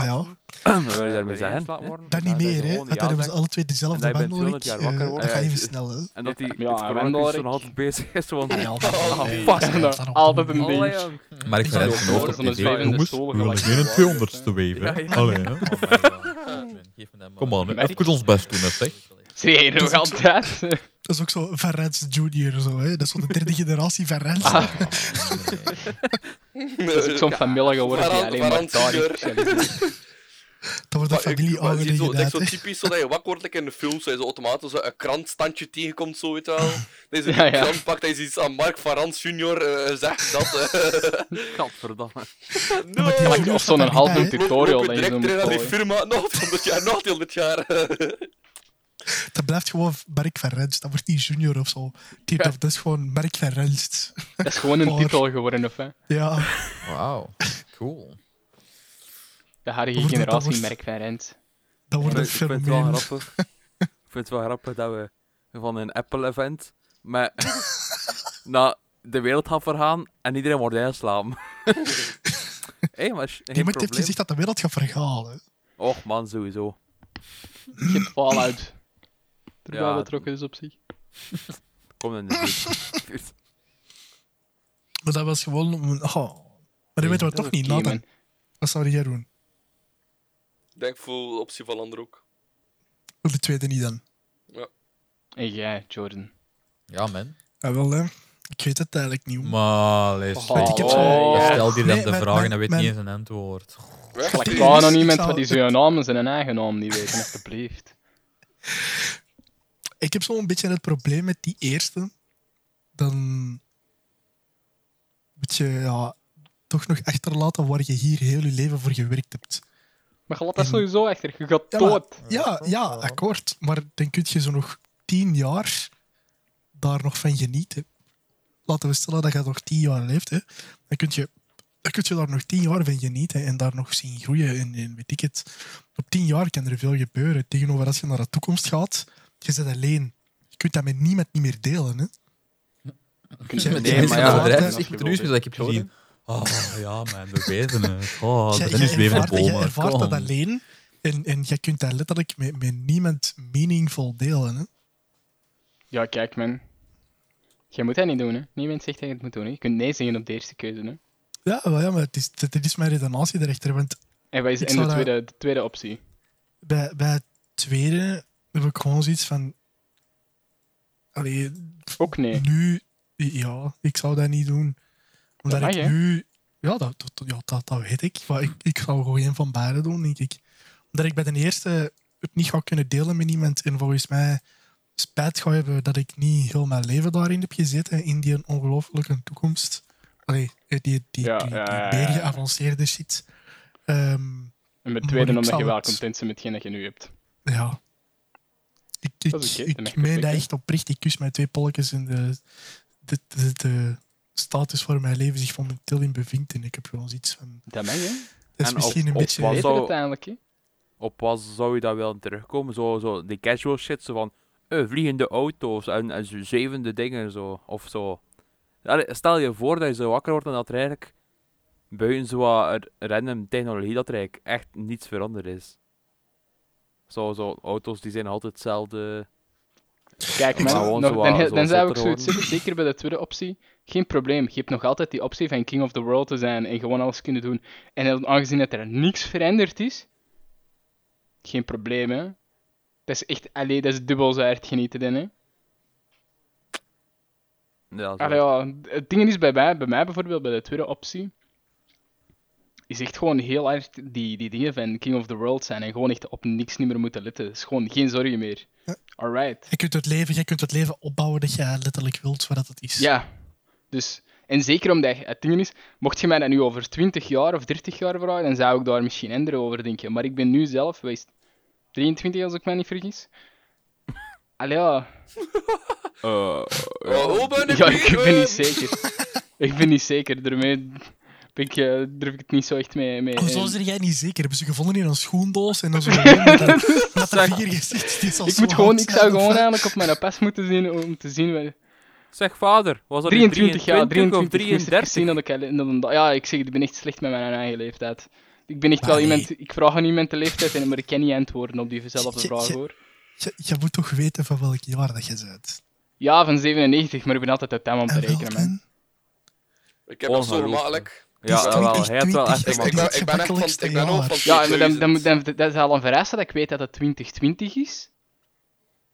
S2: Ehm,
S3: Maar Ah, ja,
S2: Wat wil je daarmee zeggen?
S3: dat niet meer, hè? Want dan hebben ze alle twee
S2: En
S3: dezelfde
S2: dat je bent 200
S3: wandelrek.
S2: jaar
S3: eh,
S2: wakker
S3: Dat
S2: worden.
S3: gaat
S2: Ja,
S3: even
S2: ja.
S3: snel, hè?
S2: En dat die
S5: Ja,
S2: het
S5: en
S2: coronavirus
S5: Wendel,
S2: zo nog altijd bezig is, want...
S3: Ah, Ja,
S2: Oh,
S5: fuck, dat is altijd een
S2: Allee,
S5: ding.
S2: jong.
S1: Maar ik
S3: Ja,
S1: verrijd zijn hoofd
S5: dat
S1: op
S5: is een
S1: tv.
S5: zwevende
S1: Jongens,
S5: stoel,
S1: we willen
S5: gelijk.
S1: geen 200ste
S2: Ja,
S1: weven.
S2: ja, ja.
S1: Allee, hè.
S2: Oh my god.
S1: Geef me dat maar.
S7: Kom aan, hè.
S1: Even goed ons best doen, hè, zeg.
S5: Zie je nog altijd?
S3: Dat is ook zo Van Rens Junior, zo, hè? Dat is zo de derde generatie Van Rens.
S2: Ah,
S5: Dat is ook zo'n familie geworden die
S4: Varan-
S5: alleen maar
S4: Varan
S5: daar
S4: senior.
S3: Dat
S5: is.
S3: wordt een
S4: Maar ik- maar zie je zo, dat
S3: familie-aangelegenheid.
S4: is zo
S3: hè.
S4: typisch zo dat je wakker wordt like in de film, zo, je zo automatisch zo een krantstandje tegenkomt, zo weet je wel. Dat je
S5: Ja,
S4: een
S5: ja.
S4: krant pakt, dat je iets aan Mark van Rans junior eh, zegt dat. eh
S2: Gadverdamme.
S4: no,
S3: maar die
S4: Loop-
S3: junior
S5: Of
S3: staat
S5: zo'n
S3: daar niet
S5: halve
S3: bij, hè.
S5: tutorial
S4: loop je
S5: dat je zo
S4: direct
S5: moet
S4: erin aan die
S5: volgen.
S4: firma, nog van dit jaar, nog deel dit jaar.
S3: Dat blijft gewoon Merk van Renst. Dat wordt niet junior of zo. Die-
S5: Ja.
S3: Dat is gewoon Merk van Renst.
S5: Dat is gewoon een
S3: Voor.
S5: titel geworden, of hè?
S3: Ja.
S1: Wauw, cool.
S5: De harige
S3: Wordt het- dat
S5: generatie
S3: wordt-
S5: merk van Rent.
S3: Dat wordt een
S2: ik vind het wel
S3: fenomeen.
S2: grappig. ik vind het wel grappig dat we van een Apple-event met naar de wereld gaan vergaan en iedereen wordt ingeslagen. Hé, maar is geen
S3: Niemand heeft
S2: probleem.
S3: gezegd dat de wereld gaat vergaan. hè.
S2: Och man, sowieso.
S5: Get Fallout. Terwijl
S2: Ja.
S5: betrokken is op zich.
S2: Kom in de buurt.
S3: Maar dat was gewoon... om een- Oh. Maar dat weten we toch niet.
S5: Oké,
S3: Laat dat.
S5: man.
S3: Wat zou jij doen?
S4: Ik denk voor de optie van Lander ook.
S3: Voor de tweede niet dan.
S5: En jij, Jordan.
S1: Ja, man.
S3: Ja, Ah, wel, hè. Ik weet het eigenlijk niet. Maar...
S1: Maar, lees.
S3: Weet ik het zo.
S5: Oh, ja.
S1: Stel die dan
S3: Nee,
S1: de
S3: maar-
S1: vraag
S3: maar-
S1: en dan weet
S3: maar-
S1: niet eens een antwoord.
S4: Weg,
S5: Gelijk
S4: Chris.
S5: daar nog
S3: Ik
S5: iemand
S3: zou-
S5: wat die zijn naam en zijn eigen naam niet weten, alsjeblieft.
S3: Ik heb zo'n beetje het probleem met die eerste. Dan moet je ja, toch nog achterlaten waar je hier heel je leven voor gewerkt hebt.
S5: Maar je laat dat
S3: En-
S5: sowieso achter, je gaat
S3: Mhm. Ja, maar-
S5: dood.
S3: Ja, ja, akkoord. Maar dan kun je zo nog tien jaar daar nog van genieten. Laten we stellen dat je nog tien jaar leeft. Hè. Dan, kun je, dan kun je daar nog tien jaar van genieten en daar nog zien groeien. En, en weet ik het. Op tien jaar kan er veel gebeuren. Tegenover als je naar de toekomst gaat, je bent alleen. Je kunt dat met niemand niet meer delen. Hè.
S5: Kunt je
S3: Nee,
S5: met
S3: maar
S5: die mensen
S3: ja,
S5: praten?
S3: bedrijf-
S5: Dat
S1: ik
S5: is
S1: moet er nu dat
S5: geweldig.
S1: dus ik heb gezien. Oh, ja, man, we weten het. Oh,
S3: Jij-
S1: dat
S3: jij
S1: is leven
S3: ervaart- jij
S1: bomen.
S3: ervaart
S1: Kom.
S3: dat alleen en, en je kunt dat letterlijk met, met niemand meaningvol delen. Hè.
S5: Ja, kijk man. Jij moet dat niet doen, hè. Niemand zegt dat je het moet doen, hè. Je kunt nee zeggen op de eerste keuze, hè.
S3: Ja, wel ja, maar het is, dit dit is mijn redenatie erachter. Want
S5: En wat is
S3: Ik
S5: en de
S3: zou dat-
S5: tweede, de tweede optie?
S3: bij, bij het tweede heb ik gewoon zoiets van. Allee,
S5: Ook nee.
S3: nu. Ja, ik zou dat niet doen. Omdat
S5: mag,
S3: ik
S5: hè?
S3: nu. Ja, dat, dat, ja, dat, dat weet ik. Maar ik, ik zou gewoon een van beide doen, denk ik. Omdat ik bij de eerste het niet ga kunnen delen met iemand. En volgens mij spijt ga hebben dat ik niet heel mijn leven daarin heb gezeten. In die ongelofelijke toekomst. Allee, die, die, die,
S5: Ja,
S3: die, die
S5: ja, ja, ja.
S3: meer geavanceerde shit. Ehm,
S5: En met
S3: Maar
S5: tweede
S3: ik
S5: omdat
S3: zal
S5: je wel
S3: het-
S5: content bent met hetgeen dat je nu hebt.
S3: Ja. Ik, ik,
S5: Dat is oké, dan mag
S3: ik
S5: je
S3: meen
S5: het
S3: dat
S5: zeggen.
S3: echt oprecht. Ik kus mijn twee polletjes en de, de, de, de status waar mijn leven zich momenteel in bevindt. En ik heb gewoon zoiets van...
S5: Dat mag, hè.
S3: Dat is
S2: En
S3: misschien
S2: op-
S3: een
S2: op
S3: beetje...
S2: wat
S5: Beter
S2: zou-
S5: uiteindelijk, hè.
S2: Op wat zou je dat willen terugkomen? Zo, zo de casual shit, zo van eh, vliegende auto's en, en zo zevende dingen zo, of zo. Allee, stel je voor dat je zo wakker wordt en dat er eigenlijk buiten zo wat r- random technologie, dat er eigenlijk echt niets veranderd is. Zo, zo auto's die zijn altijd hetzelfde.
S5: Kijk,
S2: Ik wou
S5: man,
S2: gewoon
S5: nog,
S2: zo
S5: dan,
S2: wat-
S5: he-
S2: zo
S5: dan zou ik
S2: zotter
S5: zoiets
S2: worden.
S5: zeggen, zeker bij de tweede optie. Geen probleem, je hebt nog altijd die optie van King of the World te zijn en gewoon alles kunnen doen. En dan- aangezien dat er niks veranderd is, geen probleem, hè. Dat is echt, allee, dat is dubbel zo hard genieten dan, hè.
S2: Ja, zo.
S5: Allee, ja, het ding is bij mij, bij mij bijvoorbeeld, bij de tweede optie, is echt gewoon heel hard die, die dingen van King of the World zijn en gewoon echt op niks niet meer moeten letten. Het is gewoon geen zorgen meer.
S3: Ja.
S5: Alright.
S3: Je kunt, het leven, je kunt het leven opbouwen dat jij letterlijk wilt, wat dat het is.
S5: Ja, dus. En zeker omdat je- het ding is, mocht je mij dat nu over 20 jaar of 30 jaar vragen, dan zou ik daar misschien anderen over denken. Maar ik ben nu zelf, wees 23 als ik mij niet vergis. Allee, ja.
S2: Eh,
S4: Oh, oh, ben ik
S5: ja,
S4: hier,
S5: ik ben
S4: eh,
S5: niet zeker. Ik ben niet zeker, daarmee ben ik, eh, durf ik het niet zo echt mee. mee
S3: Oh, zo zeg jij niet zeker. Hebben ze gevonden in een schoendoos en dan zo gewoon met een- met een vinger gezet. Die is al
S5: ik,
S3: zo
S5: moet gewoon,
S3: oud
S5: ik zou
S3: zijn,
S5: gewoon
S3: of
S5: eh,
S3: wat?
S5: eigenlijk op mijn pas moeten zien om te zien. wat-
S2: Zeg vader, was dat
S5: 23
S2: 23 of
S5: jaar, 23 ik moest even
S2: 33?
S5: zien dat ik al- dat een da- Ja, ik zeg, ik ben echt slecht met mijn eigen leeftijd. Ik ben echt wel
S3: Maar nee.
S5: iemand, ik vraag aan iemand de leeftijd, en- maar ik ken niet antwoorden op diezelfde
S3: Je-
S5: vraag
S3: je-
S5: hoor.
S3: Je, je moet toch weten van welk jaar dat je bent.
S5: Ja, van 97, maar ik ben altijd uit time aan het
S3: En wel,
S5: berekenen, man.
S3: man.
S4: Ik heb dat zo
S2: Ongelooflijk.
S4: makkelijk.
S2: Ja,
S3: Het is
S2: ja, wel.
S3: 20,
S2: Hij had wel echt
S3: 20,
S4: Ik,
S2: iemand.
S4: ik, ben, ik ben echt van, ik ben ook van
S5: Ja, en dan, dan,
S4: 2000.
S5: dan, dat is al een verrassing dat ik weet dat het 2020 is.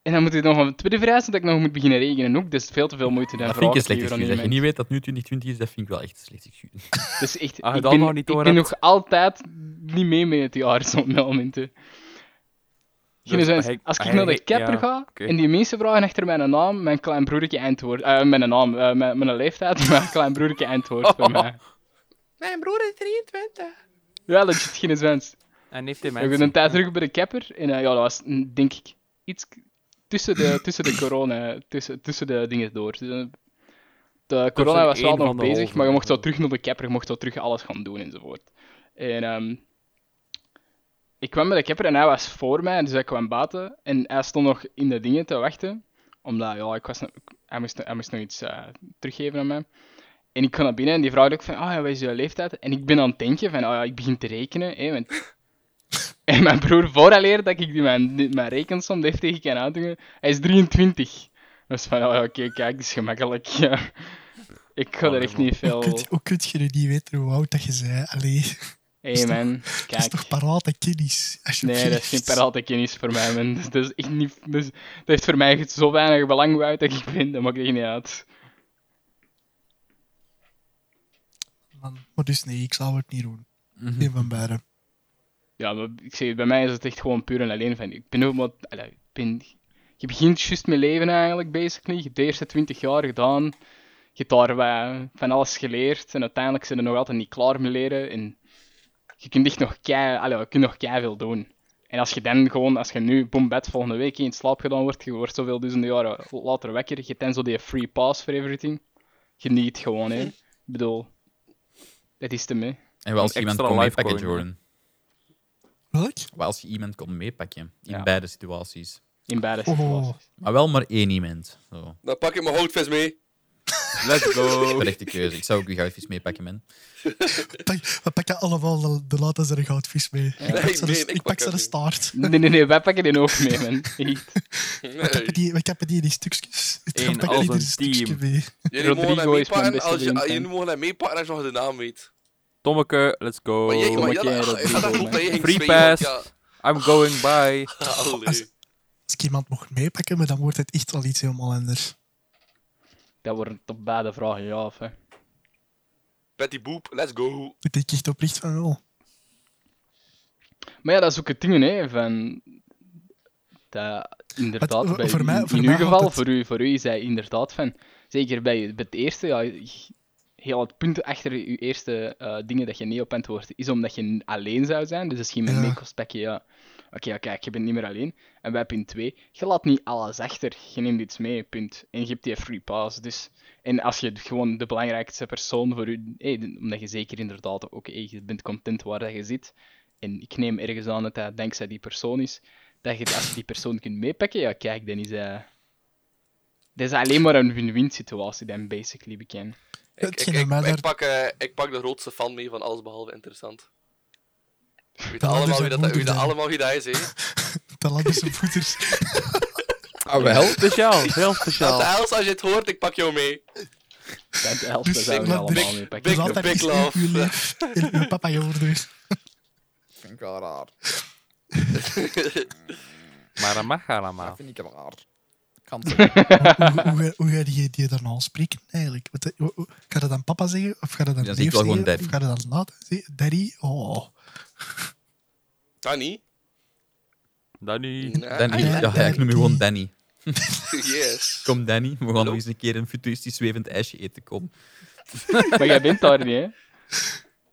S5: En dan moet ik nog een tweede vraag dat ik nog moet beginnen regenen ook. Dat is veel te veel moeite. Dan
S1: Dat vind ik een
S5: vraag
S1: slecht
S5: liever
S1: excuus.
S5: aan
S1: Dat je
S5: iemand.
S1: niet weet dat nu 2020 is, dat vind ik wel echt een slecht excuus.
S5: Dat is echt...
S2: Ah, je
S5: ik
S2: dat
S5: ben,
S2: nog niet
S5: ik
S2: door
S5: ben
S2: hebt.
S5: nog altijd niet mee met het jaar zo'n momenten. Geen
S2: Dus
S5: zin.
S2: eigenlijk-
S5: Als ik naar
S2: eigenlijk-
S5: de kapper
S2: ja,
S5: ga
S2: oké.
S5: en die mensen vragen achter mijn naam, mijn klein broertje antwoordt. eh, mijn naam, eh, mijn, mijn leeftijd, mijn klein broertje antwoordt bij mij.
S6: Mijn broer is 23.
S5: Ja, legit, geen zwens.
S2: En heeft hij
S5: Ik ben
S2: mensen...
S5: een tijd terug bij de kapper en eh, ja, dat was mm, denk ik iets k- tussen de, tussen de corona, tussen, tussen de dingen door. Dus, eh, de corona was
S2: één
S5: wel nog
S2: van de
S5: bezig,
S2: halve.
S5: maar je mocht wel terug naar de kapper, je mocht wel terug alles gaan doen enzovoort. En ehm, ik kwam bij de kapper en hij was voor mij, dus hij kwam buiten en hij stond nog in de dingen te wachten. Omdat ja, ik was, nog- ik- hij, moest, hij moest nog iets eh, teruggeven aan mij. En ik ga naar binnen en die vraagt ook van, ah ja, wat is jouw leeftijd? En ik ben aan het denken van, ah ja, ik begin te rekenen. Hè, want... en mijn broer vooraleer dat ik die mijn, die- mijn rekensom deftig kan uitdoen, hij is 23. Dus van, ah ja, oké, kijk, dat is gemakkelijk. Ja. Ik ga
S2: Oh,
S5: er echt
S2: nee,
S5: niet veel...
S3: Hoe kun, hoe kun je nu niet weten hoe oud dat je zei? Allee,
S5: hey, man,
S3: dat is
S5: kijk.
S3: toch parate kiddies? alsjeblieft.
S5: Nee, dat is geen parate kennis voor mij, man. Dat, dat is echt niet... Dat, is- dat heeft voor mij echt zo weinig belang uit dat ik vind, dat maakt echt niet uit.
S3: Man, Maar dus nee, ik zou het niet doen.
S4: Mhm.
S3: Geen van beiden.
S5: Ja, maar ik zeg, het, bij mij is het echt gewoon puur en alleen van. Ik ben ook maar. allee, ik ben, je begint juist met leven eigenlijk, basically. Je hebt de eerste 20 jaar gedaan. Je hebt daar wat van alles geleerd. En uiteindelijk zijn er nog altijd niet klaar met leren. En je kunt echt nog kei, allee, je kunt nog kei veel doen. En als je dan gewoon, als je nu boom bed volgende week in slaap gedaan wordt, je wordt zoveel duizenden jaren later wekker. Je hebt dan zo die free pass for everything. Geniet gewoon, hè. Ik bedoel, dat is te mee.
S1: En wel als je
S2: Een
S1: iemand
S2: extra
S1: kon meepakken,
S2: lifecoin.
S1: Jordan.
S3: Welk?
S1: Wel als je iemand kon meepakken. In
S5: Ja.
S1: beide situaties.
S5: In beide
S3: Oh.
S5: situaties.
S1: Maar wel maar één iemand. Zo.
S4: Dan pak ik mijn houtvest mee.
S2: Let's go!
S1: Terechte keuze. Ik zou ook je goudvis meepakken, man.
S3: Pak, we pakken allemaal de, de laatste en een goudvis mee. ik pak
S4: Nee,
S3: ze
S4: nee, ik
S3: ik
S4: pak
S3: pak ze de
S4: hem niet.
S3: staart.
S5: Nee, nee, nee, wij pakken die ook mee, man. Echt.
S4: Nee.
S3: Kappen die- We kappen die in die stukjes. Ik
S2: Eén
S3: pak
S2: als
S3: ieder
S2: een
S3: stukje
S2: team.
S3: mee.
S4: Jullie mogen
S5: Rodrigo
S4: hem
S5: is mijn
S4: meepakken
S5: beste
S4: als je,
S5: vriend,
S4: jullie
S5: man.
S4: mogen hem meepakken als je nog de naam weet.
S2: Tommeke, let's go!
S4: Maar jij, maar
S5: maak
S4: jij, dat-
S5: Oh, jij dat
S4: ik ga daar
S5: Rodrigo,
S4: goed
S5: man?
S4: tegen
S2: Free
S4: spelen, want
S2: pass. I'm going by!
S4: Ja, allee.
S3: Als- Als ik iemand mocht meepakken, maar dan wordt het echt wel iets helemaal anders.
S5: Dat worden op beide vragen ja of hè.
S4: Betty Boop, let's go.
S3: Ik denk echt oprecht van oh, wel.
S5: Maar ja, dat is ook het ding, hè, van... Dat, inderdaad,
S3: Wat-
S5: bij,
S3: voor
S5: in-
S3: mij-
S5: in,
S3: voor mij
S5: uw
S3: gaat
S5: geval,
S3: het-
S5: voor, u, voor u is dat inderdaad van... Zeker bij, bij het eerste, ja, je- heel het punt achter je eerste eh, dingen dat je nee op antwoordt, is omdat je alleen zou zijn. Dus als je iemand
S3: Ja.
S5: mee kost, pak je, ja... Oké, ja, kijk, je bent niet meer alleen. En bij punt 2, je laat niet alles achter. Je neemt iets mee, punt. En je hebt die free pass, dus... En als je gewoon de belangrijkste persoon voor je... Hey, omdat je zeker inderdaad ook... hey, je bent content waar dat je zit. En ik neem ergens aan dat dat dankzij die persoon is. Dat je als je die persoon kunt meepakken, ja kijk, dan is hij... Dat is alleen maar een win-win situatie dan, basically, bekend.
S4: Ik, ik,
S3: Hetgeen
S4: ik,
S3: aan mij
S4: ik
S3: daar-
S4: pak, eh, ik pak de grootste fan mee van alles behalve interessant. We weten
S3: Dat is
S4: allemaal wie
S3: een
S4: dat, wie dat,
S3: moeder.
S4: allemaal wie dat is, hè.
S3: De Landische voeters.
S1: Ah, wel?
S2: Speciaal, heel speciaal.
S4: Dat als je het hoort, ik pak jou mee.
S5: Dat helpt, dat
S3: Dus
S5: zouden we
S3: ik-
S5: allemaal
S3: ik-
S5: meepakken.
S3: Dus
S4: Big-
S3: altijd
S4: big
S3: is uw,
S4: love.
S3: uw neef en uw papa je ouders.
S1: Vind ik wel raar.
S2: Maar dat mag allemaal.
S1: vind ik wel raar. Kan het
S3: Hoe, hoe, hoe, ga- hoe ga je die dan aanspreken eigenlijk? Wat, hoe- hoe- ga je dan papa zeggen? Of ga je dan
S1: Dan zeg ik
S3: neef
S1: wel gewoon
S3: zeggen?
S1: daddy.
S3: Of ga je dan later zeggen? Daddy? Oh.
S4: Dat niet?
S2: Danny.
S1: Danny.
S3: Ah, ja.
S1: Ja, ik noem je gewoon Danny.
S4: Yes.
S1: Kom, Danny. We gaan nog eens een keer een futuristisch zwevend ijsje eten. Kom.
S5: Maar jij bent daar niet, hè?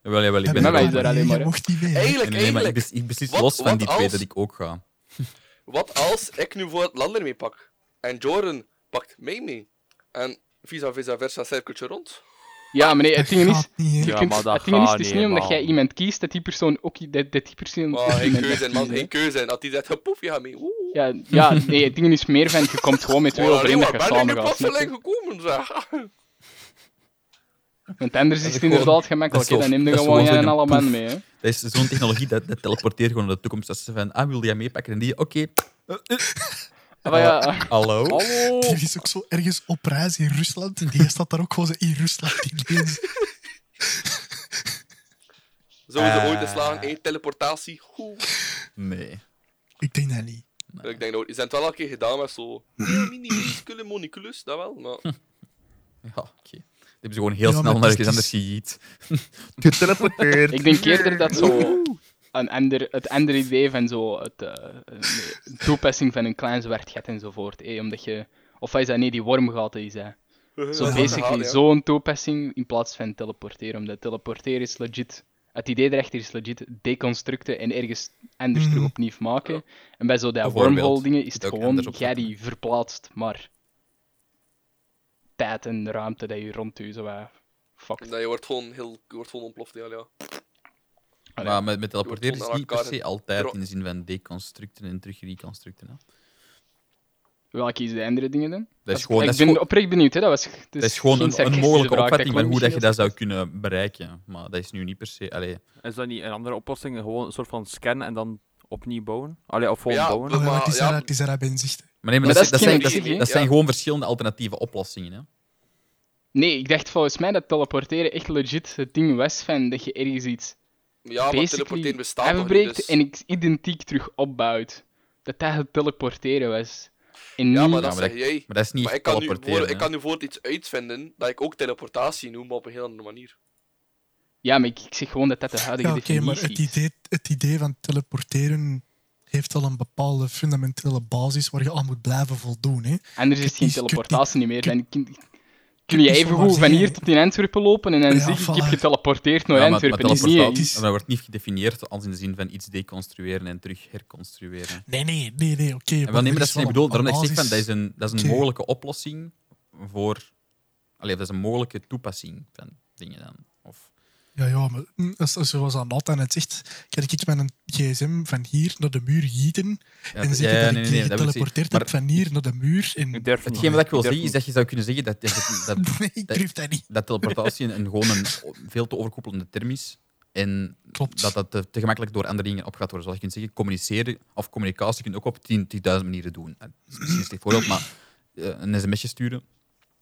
S1: Jawel, jawel. Ik ben
S5: Maar
S1: er wel
S5: wij zijn
S1: bij.
S5: alleen
S3: Je
S5: maar, hè.
S3: mocht niet mee. hè.
S4: Eigenlijk,
S1: Nee, nee, maar ik,
S4: eigenlijk.
S1: bes- ik beslis
S4: Wat-
S1: los van
S4: wat
S1: die twee
S4: als-
S1: dat ik ook ga.
S4: Wat als ik nu voor het lander mee pak? En Jordan pakt mij mee. En visa visa versa cirkeltje rond.
S5: Ja, maar nee, het ding is...
S3: Gaat niet, hè.
S5: je
S2: Ja,
S5: kunt-
S2: maar dat
S5: het ding is,
S2: gaat
S5: het is
S2: niet,
S5: niet omdat jij
S2: man.
S5: iemand kiest, dat die persoon ook... i- Dat, dat die persoon... ook
S4: Maar geen
S5: iemand
S4: keuze,
S5: gaat
S4: en man.
S5: kiezen, hè.
S4: Geen keuze. En als die zegt, poef, je gaat mee. Oeh.
S5: Ja, ja, nee, het ding is meer van, je komt gewoon met twee
S4: Oh,
S5: overeen dat je
S4: ben je nu
S5: samen gaat. snap
S4: plotseling
S5: je?
S4: gekomen, zeg.
S5: Want anders is het
S1: gewoon-
S5: inderdaad gemakkelijk, hè.
S1: dat is
S5: Dan neem je
S1: zo-
S5: gewoon
S1: dat is
S5: jij
S1: gewoon
S5: en
S1: zo'n
S5: alle man
S1: poef.
S5: mee, hè.
S1: Dat is zo'n technologie dat, dat teleporteert gewoon naar de toekomst. Dat ze van, ah, wil jij meepakken? En die, oké. Eh, eh,
S5: Maar ja...
S1: hallo?
S2: Hallo!
S1: Oh.
S3: Die is ook zo ergens op reis in Rusland. En die staat daar ook gewoon zo in Rusland ineens.
S4: Sowieso
S1: Eh.
S4: ooit te slaan, één teleportatie. Oeh.
S1: Nee.
S3: Ik denk dat niet.
S1: Nee.
S4: Ik denk dat we- ze zijn het wel al een keer gedaan met zo. Mini, minuscule moniculus, dat wel. Maar
S1: Ja, oké. Die hebben ze gewoon heel
S3: Ja, maar
S1: snel naar
S3: het is-
S1: ergens anders gejiet.
S7: Geteleporteerd.
S5: Ik denk eerder dat zo een ander, het andere idee van zo het eh, een- een toepassing van een klein zwart gat enzovoort. eh, omdat je, of is dat nee, die wormgaten is dat. Zo
S4: Ja,
S5: basically
S4: ja.
S5: zo'n toepassing in plaats van teleporteren. Omdat teleporteren is legit. Het idee erachter is legit deconstructen en ergens anders terug
S3: Mhm.
S5: opnieuw maken. En bij zo dat
S1: Bijvoorbeeld.
S5: wormhole dingen is het
S1: Ook
S5: gewoon
S1: anders
S5: jij
S1: opzetten.
S5: die verplaatst, maar tijd en ruimte dat je rond je zo wat fuckt.
S4: Dat je wordt gewoon heel je wordt gewoon ontploft, ja. ja.
S5: Allee.
S1: Maar met, met teleporteren is
S4: naar
S1: het niet per
S4: elkaar
S1: se altijd
S4: dro-
S1: in de zin van deconstructen en terugreconstructen. hè.
S5: Welke is de andere dingen dan?
S1: Dat
S5: Als-
S1: is gewoon,
S5: ik
S1: dat is
S5: ben
S1: gewoon,
S5: oprecht benieuwd, hè? Dat, was, het
S1: dat is gewoon
S5: geen
S1: een,
S5: sarcastische
S1: een mogelijke
S5: vraag,
S1: opvatting van
S5: klonk
S1: hoe dat je
S5: heel
S1: dat zou kunnen bereiken. Maar dat is nu niet per se... Allee,
S2: Is dat niet een andere oplossing? Gewoon een soort van scannen en dan opnieuw bouwen? Allee, of gewoon
S4: Ja,
S2: bouwen?
S4: maar-
S3: maar het is
S4: ja.
S3: daar- het is daar hebben inzichten.
S1: maar nee, maar,
S5: Maar
S1: dat,
S5: dat
S1: zijn-
S5: is
S1: dat zijn, dat,
S5: kinetisch,
S1: zijn-
S5: hè?
S1: dat zijn
S4: Ja.
S1: gewoon verschillende alternatieve oplossingen. Hè.
S5: Nee, ik dacht volgens mij dat teleporteren echt legit het ding was van dat je ergens iets
S4: Ja, maar
S5: basically
S4: teleporteren bestaat nog niet,
S5: afbreekt
S4: dus-
S5: en iets identiek terug opbouwt. Dat dat het teleporteren was. En
S4: Ja,
S5: niet-
S4: maar dat
S1: Ja, maar
S4: zeg jij.
S1: Maar dat is niet
S4: Maar ik kan, nu
S1: teleporteren.
S4: voor, ik
S1: hè.
S4: kan nu voor iets uitvinden dat ik ook teleportatie noem, maar op een heel andere manier.
S5: Ja, maar ik, ik zeg gewoon dat dat de huidige
S3: Ja, oké,
S5: definitie
S3: maar het
S5: is.
S3: idee, het idee van teleporteren heeft al een bepaalde fundamentele basis waar je aan moet blijven voldoen. Hè?
S5: Anders is
S3: Kut
S5: het geen
S3: is- kut
S5: teleportatie niet meer.
S3: kut-
S5: Dan kun, kun je
S3: is
S5: even
S3: zomaar
S5: goed van hier
S3: zeggen.
S5: tot in Antwerpen lopen en dan
S3: Ja,
S5: zeg ik, ik heb
S3: voilà.
S5: geteleporteerd naar
S1: Ja, maar- maar
S5: Antwerpen. is niet,
S1: teleportatie-
S5: hè.
S3: is-
S1: maar dat wordt niet gedefinieerd als in de zin van iets deconstrueren en terug herconstrueren.
S3: Nee, nee, nee, nee, oké.
S1: En wel, nee, maar dat is niet bedoeld. Daarom dat ik zeg van, dat is
S3: deze.
S1: een, dat is een
S3: Oké.
S1: mogelijke oplossing voor... Allee, dat is een mogelijke toepassing van dingen dan. Of,
S3: Ja, ja, maar mm, als, als zoals aan Nathan het zegt, kan ik met een gsm van hier naar de muur gieten
S1: ja,
S3: en
S1: ja,
S3: zeggen dat
S1: nee,
S3: ik
S1: nee, nee, dat wil ik
S3: geteleporteerd
S1: zeggen.
S3: heb van hier naar de muur. En...
S2: Ik durf niet.
S1: Hetgeen wat ik wil
S2: durf
S1: zeggen, is dat je zou kunnen zeggen dat, dat, dat,
S3: Nee, ik durf dat niet.
S1: dat teleportatie een, een gewoon een o- veel te overkoepelende term is. En
S3: Klopt.
S1: dat dat te, te gemakkelijk door andere dingen opgaat worden. Zoals je kunt zeggen, communiceren of communicatie kun je ook op 10 10.000 manieren doen. Eh, Dat is een slecht voorbeeld, maar eh, een sms'je sturen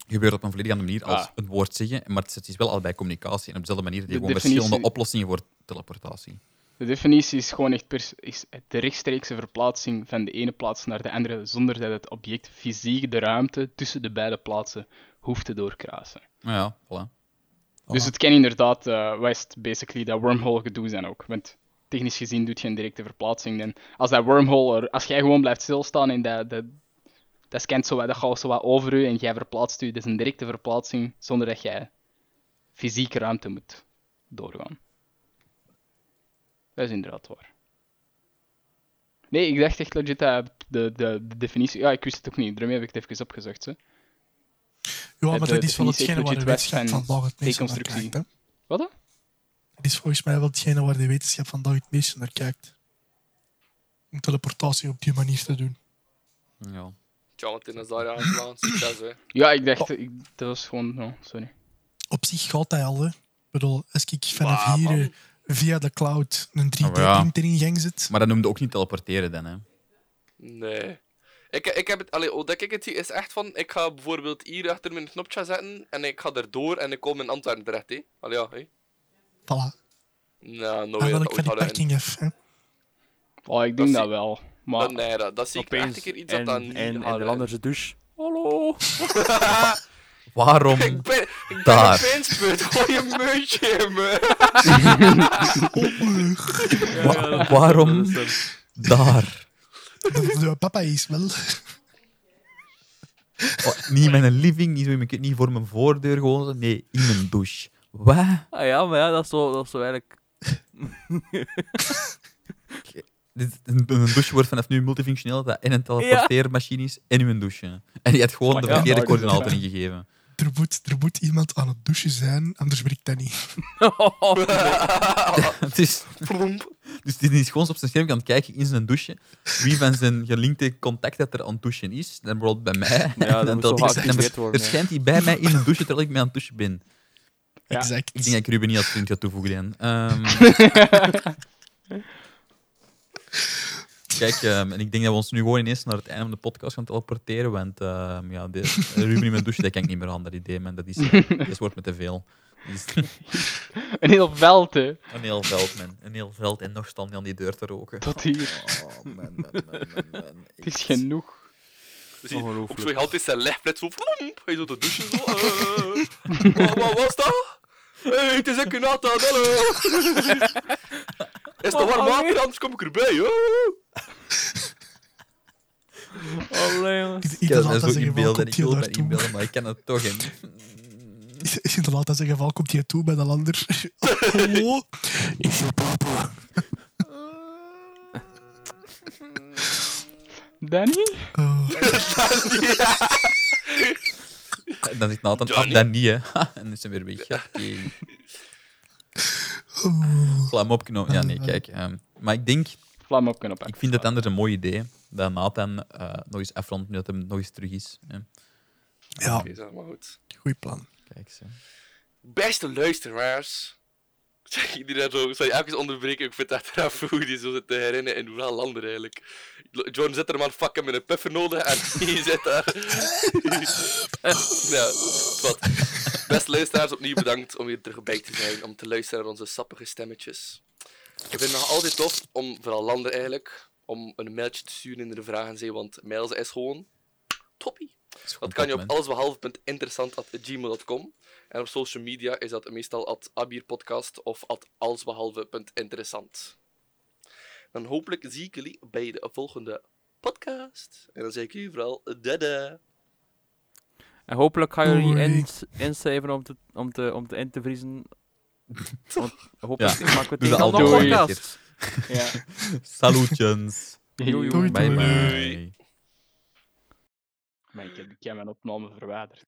S1: gebeurt op een volledig andere manier als
S5: Ah.
S1: een woord zeggen. Maar het is wel allebei communicatie. En op dezelfde manier heb je
S5: De
S1: gewoon
S5: definitie-
S1: verschillende oplossingen voor teleportatie.
S5: De definitie is gewoon echt pers- is de rechtstreekse verplaatsing van de ene plaats naar de andere zonder dat het object fysiek de ruimte tussen de beide plaatsen hoeft te doorkruisen.
S1: Nou ja, voilà.
S5: Dus het kan inderdaad eh West basically dat wormhole gedoe zijn ook. Want technisch gezien doet je een directe verplaatsing. En als dat wormhole, er- als jij gewoon blijft stilstaan en dat, dat, dat scant zo wat, dat gaat zo wat over u en jij verplaatst u, dat is een directe verplaatsing zonder dat jij fysieke ruimte moet doorgaan. Dat is inderdaad waar. Nee, ik dacht echt legit dat de, de, de definitie. Ja, ik wist het ook niet. Daarmee heb ik het even opgezocht. Hè.
S3: Ja, maar
S5: het,
S3: dat
S5: eh,
S3: is wel
S5: definitie
S3: hetgene waar de
S5: Project West
S3: wetenschap
S5: en
S3: vandaag het meest naar
S5: deconstructie.
S3: kijkt. hè.
S5: Wat dan?
S3: Het is volgens mij wel hetgene waar de wetenschap vandaag het meest naar kijkt. Om teleportatie op die manier te doen.
S1: Ja.
S4: Jonathan is daar aan het slaan, succes hè.
S5: Ja, ik dacht. Ik, dat was gewoon. Oh, sorry.
S3: Op zich gaat dat al, hè. Ik bedoel, als ik vanaf
S4: Bah,
S3: hier
S4: man.
S3: eh, via de cloud een
S1: Oh, ja.
S3: 3D-printer in gang zit...
S1: Maar dat noemde ook niet teleporteren dan, hè.
S4: Nee. Ik, ik heb het, allee, hoe dat ik het zie, is echt van, ik ga bijvoorbeeld hier achter mijn knopje zetten en ik ga erdoor en ik kom in Antwerpen terecht, hè. Allee, ja, hé.
S3: Voilà,
S4: Nou,
S3: oh,
S4: nou, ja,
S3: ik van die
S4: dat gaat erin.
S3: parking af. hè.
S5: Oh, ik denk
S4: Dat
S5: dat,
S4: zie-
S5: wel. Maar
S4: Dat, nee, dat, dat zie ik echt
S2: Opeens
S4: een keer iets dat
S2: en,
S4: dat niet
S2: en,
S4: gaat
S2: en de
S4: erin.
S2: andere douche. Hallo!
S1: Waarom?
S4: Ik ben, ik ben
S1: Daar.
S4: een fansput, gooi een muntje in me.
S1: Wa- waarom
S2: Dat is
S1: daar?
S3: De, de papa is wel...
S1: Wa- niet in mijn living, niet, zo in mijn, niet voor mijn voordeur, gewoon zo. Nee, in mijn douche. Wat?
S2: hem. Ah ja, maar ja, dat is zo, dat is zo eigenlijk...
S1: Dit, een, een douche wordt vanaf nu multifunctioneel, dat en een teleporteermachine is, en uw douche. En je hebt gewoon de
S5: Ja,
S1: verkeerde
S5: maar-
S1: coördinaten ingegeven.
S3: Er moet, er moet iemand aan het douchen zijn, anders werkt dat niet.
S1: Het is, dus die is gewoon op zijn scherm aan het kijken in zijn douche, wie van zijn gelinkte contact dat er aan het douchen is, dan bijvoorbeeld bij mij.
S2: Ja, dat
S1: dan
S2: moet
S1: telt
S2: zo
S1: ik-
S2: geactiveerd
S1: dan-
S2: worden,
S1: Er
S2: ja.
S1: schijnt hij bij mij in een douche terwijl ik mee aan het douchen ben.
S5: Ja.
S3: Exact.
S1: Ik denk dat ik Ruben niet als vriend ga toevoegen, Dan. Ehm, kijk, ehm, en ik denk dat we ons nu gewoon ineens naar het einde van de podcast gaan teleporteren, want ehm, ja, de, Ruben in mijn douche, dat kan ik niet meer aan, dat idee, man. Dat is, eh, dat wordt me te veel. Dus
S5: Een heel veld, hè.
S1: een heel veld, man. Een heel veld en nog stand je aan die deur te roken.
S5: Tot hier.
S1: Oh, man, man, man, man, man.
S5: Het is genoeg.
S4: Dus hij- ook
S2: Ongelooflijk.
S4: zo je altijd zijn leg net zo vloemp, hij zo te douchen zo. eh. wat, wat was dat? Hé, hey, het is een kunata, hallo! Is het warm water, anders kom ik erbij, joh!
S2: Allee, jongens.
S3: Ik-
S1: Ik
S3: Ik
S1: kan
S3: laat
S1: het
S3: dat
S1: me zo
S3: zeggen, wel
S1: inbeelden,
S3: komt
S1: ik
S3: hij
S1: wil dat
S3: daartoe.
S1: inbeelden, maar ik kan het toch in.
S3: Ik laat dat zeggen, wel komt hij toe bij dat ander. Oh. Hallo? Ik wil papa.
S5: Danny?
S3: Oh,
S1: En dan zit Nathan, ah,
S4: Johnny.
S1: dat niet, hè. Ha, En dan is hij weer weg. Oké. Slam opknop. Ja, nee, kijk. ehm, maar ik denk,
S5: Vlam op kunnen pakken.
S1: ik vind het anders een mooi idee, dat Nathan eh, nog eens afrondt, nu dat hij nog eens terug is. hè.
S3: Ja,
S4: Oké, zeg maar goed.
S3: goed plan.
S1: Kijk, zo.
S4: Beste luisteraars. Ik Zeg ik die daar zo, ik zal je even onderbreken, ik vind dat eraf hoe die zo zit te herinneren en hoeveel landen eigenlijk. John zit er maar fucking met een puffer nodig en die zit daar. ja, wat. Beste luisteraars, opnieuw bedankt om hier terug bij te zijn, om te luisteren naar onze sappige stemmetjes. Ik vind het nog altijd tof om, vooral landen eigenlijk, om een mailtje te sturen in de vragen zee, want mails is gewoon toppie.
S1: Dat is gewoon
S4: Dat kan je op
S1: top, man.
S4: allesbehalve.interessant.gmail.com. En op social media is dat meestal at abierpodcast of at allesbehalve.interessant. Dan hopelijk zie ik jullie bij de volgende podcast. En dan zeg ik jullie vooral dada.
S2: En hopelijk gaan jullie
S3: Doei.
S2: ins inschrijven om te, om, te, om te in te vriezen. Want hopelijk
S1: Ja.
S2: maken we
S1: Doe
S2: tegen
S1: dat
S2: dan nog
S5: altijd. Doei.
S2: podcast.
S5: Ja.
S1: Salutjes.
S5: Joe,
S2: Doei.
S3: Doei,
S1: Bye
S3: doei.
S1: bye.
S5: Maar ik heb, ik heb mijn opname verwijderd.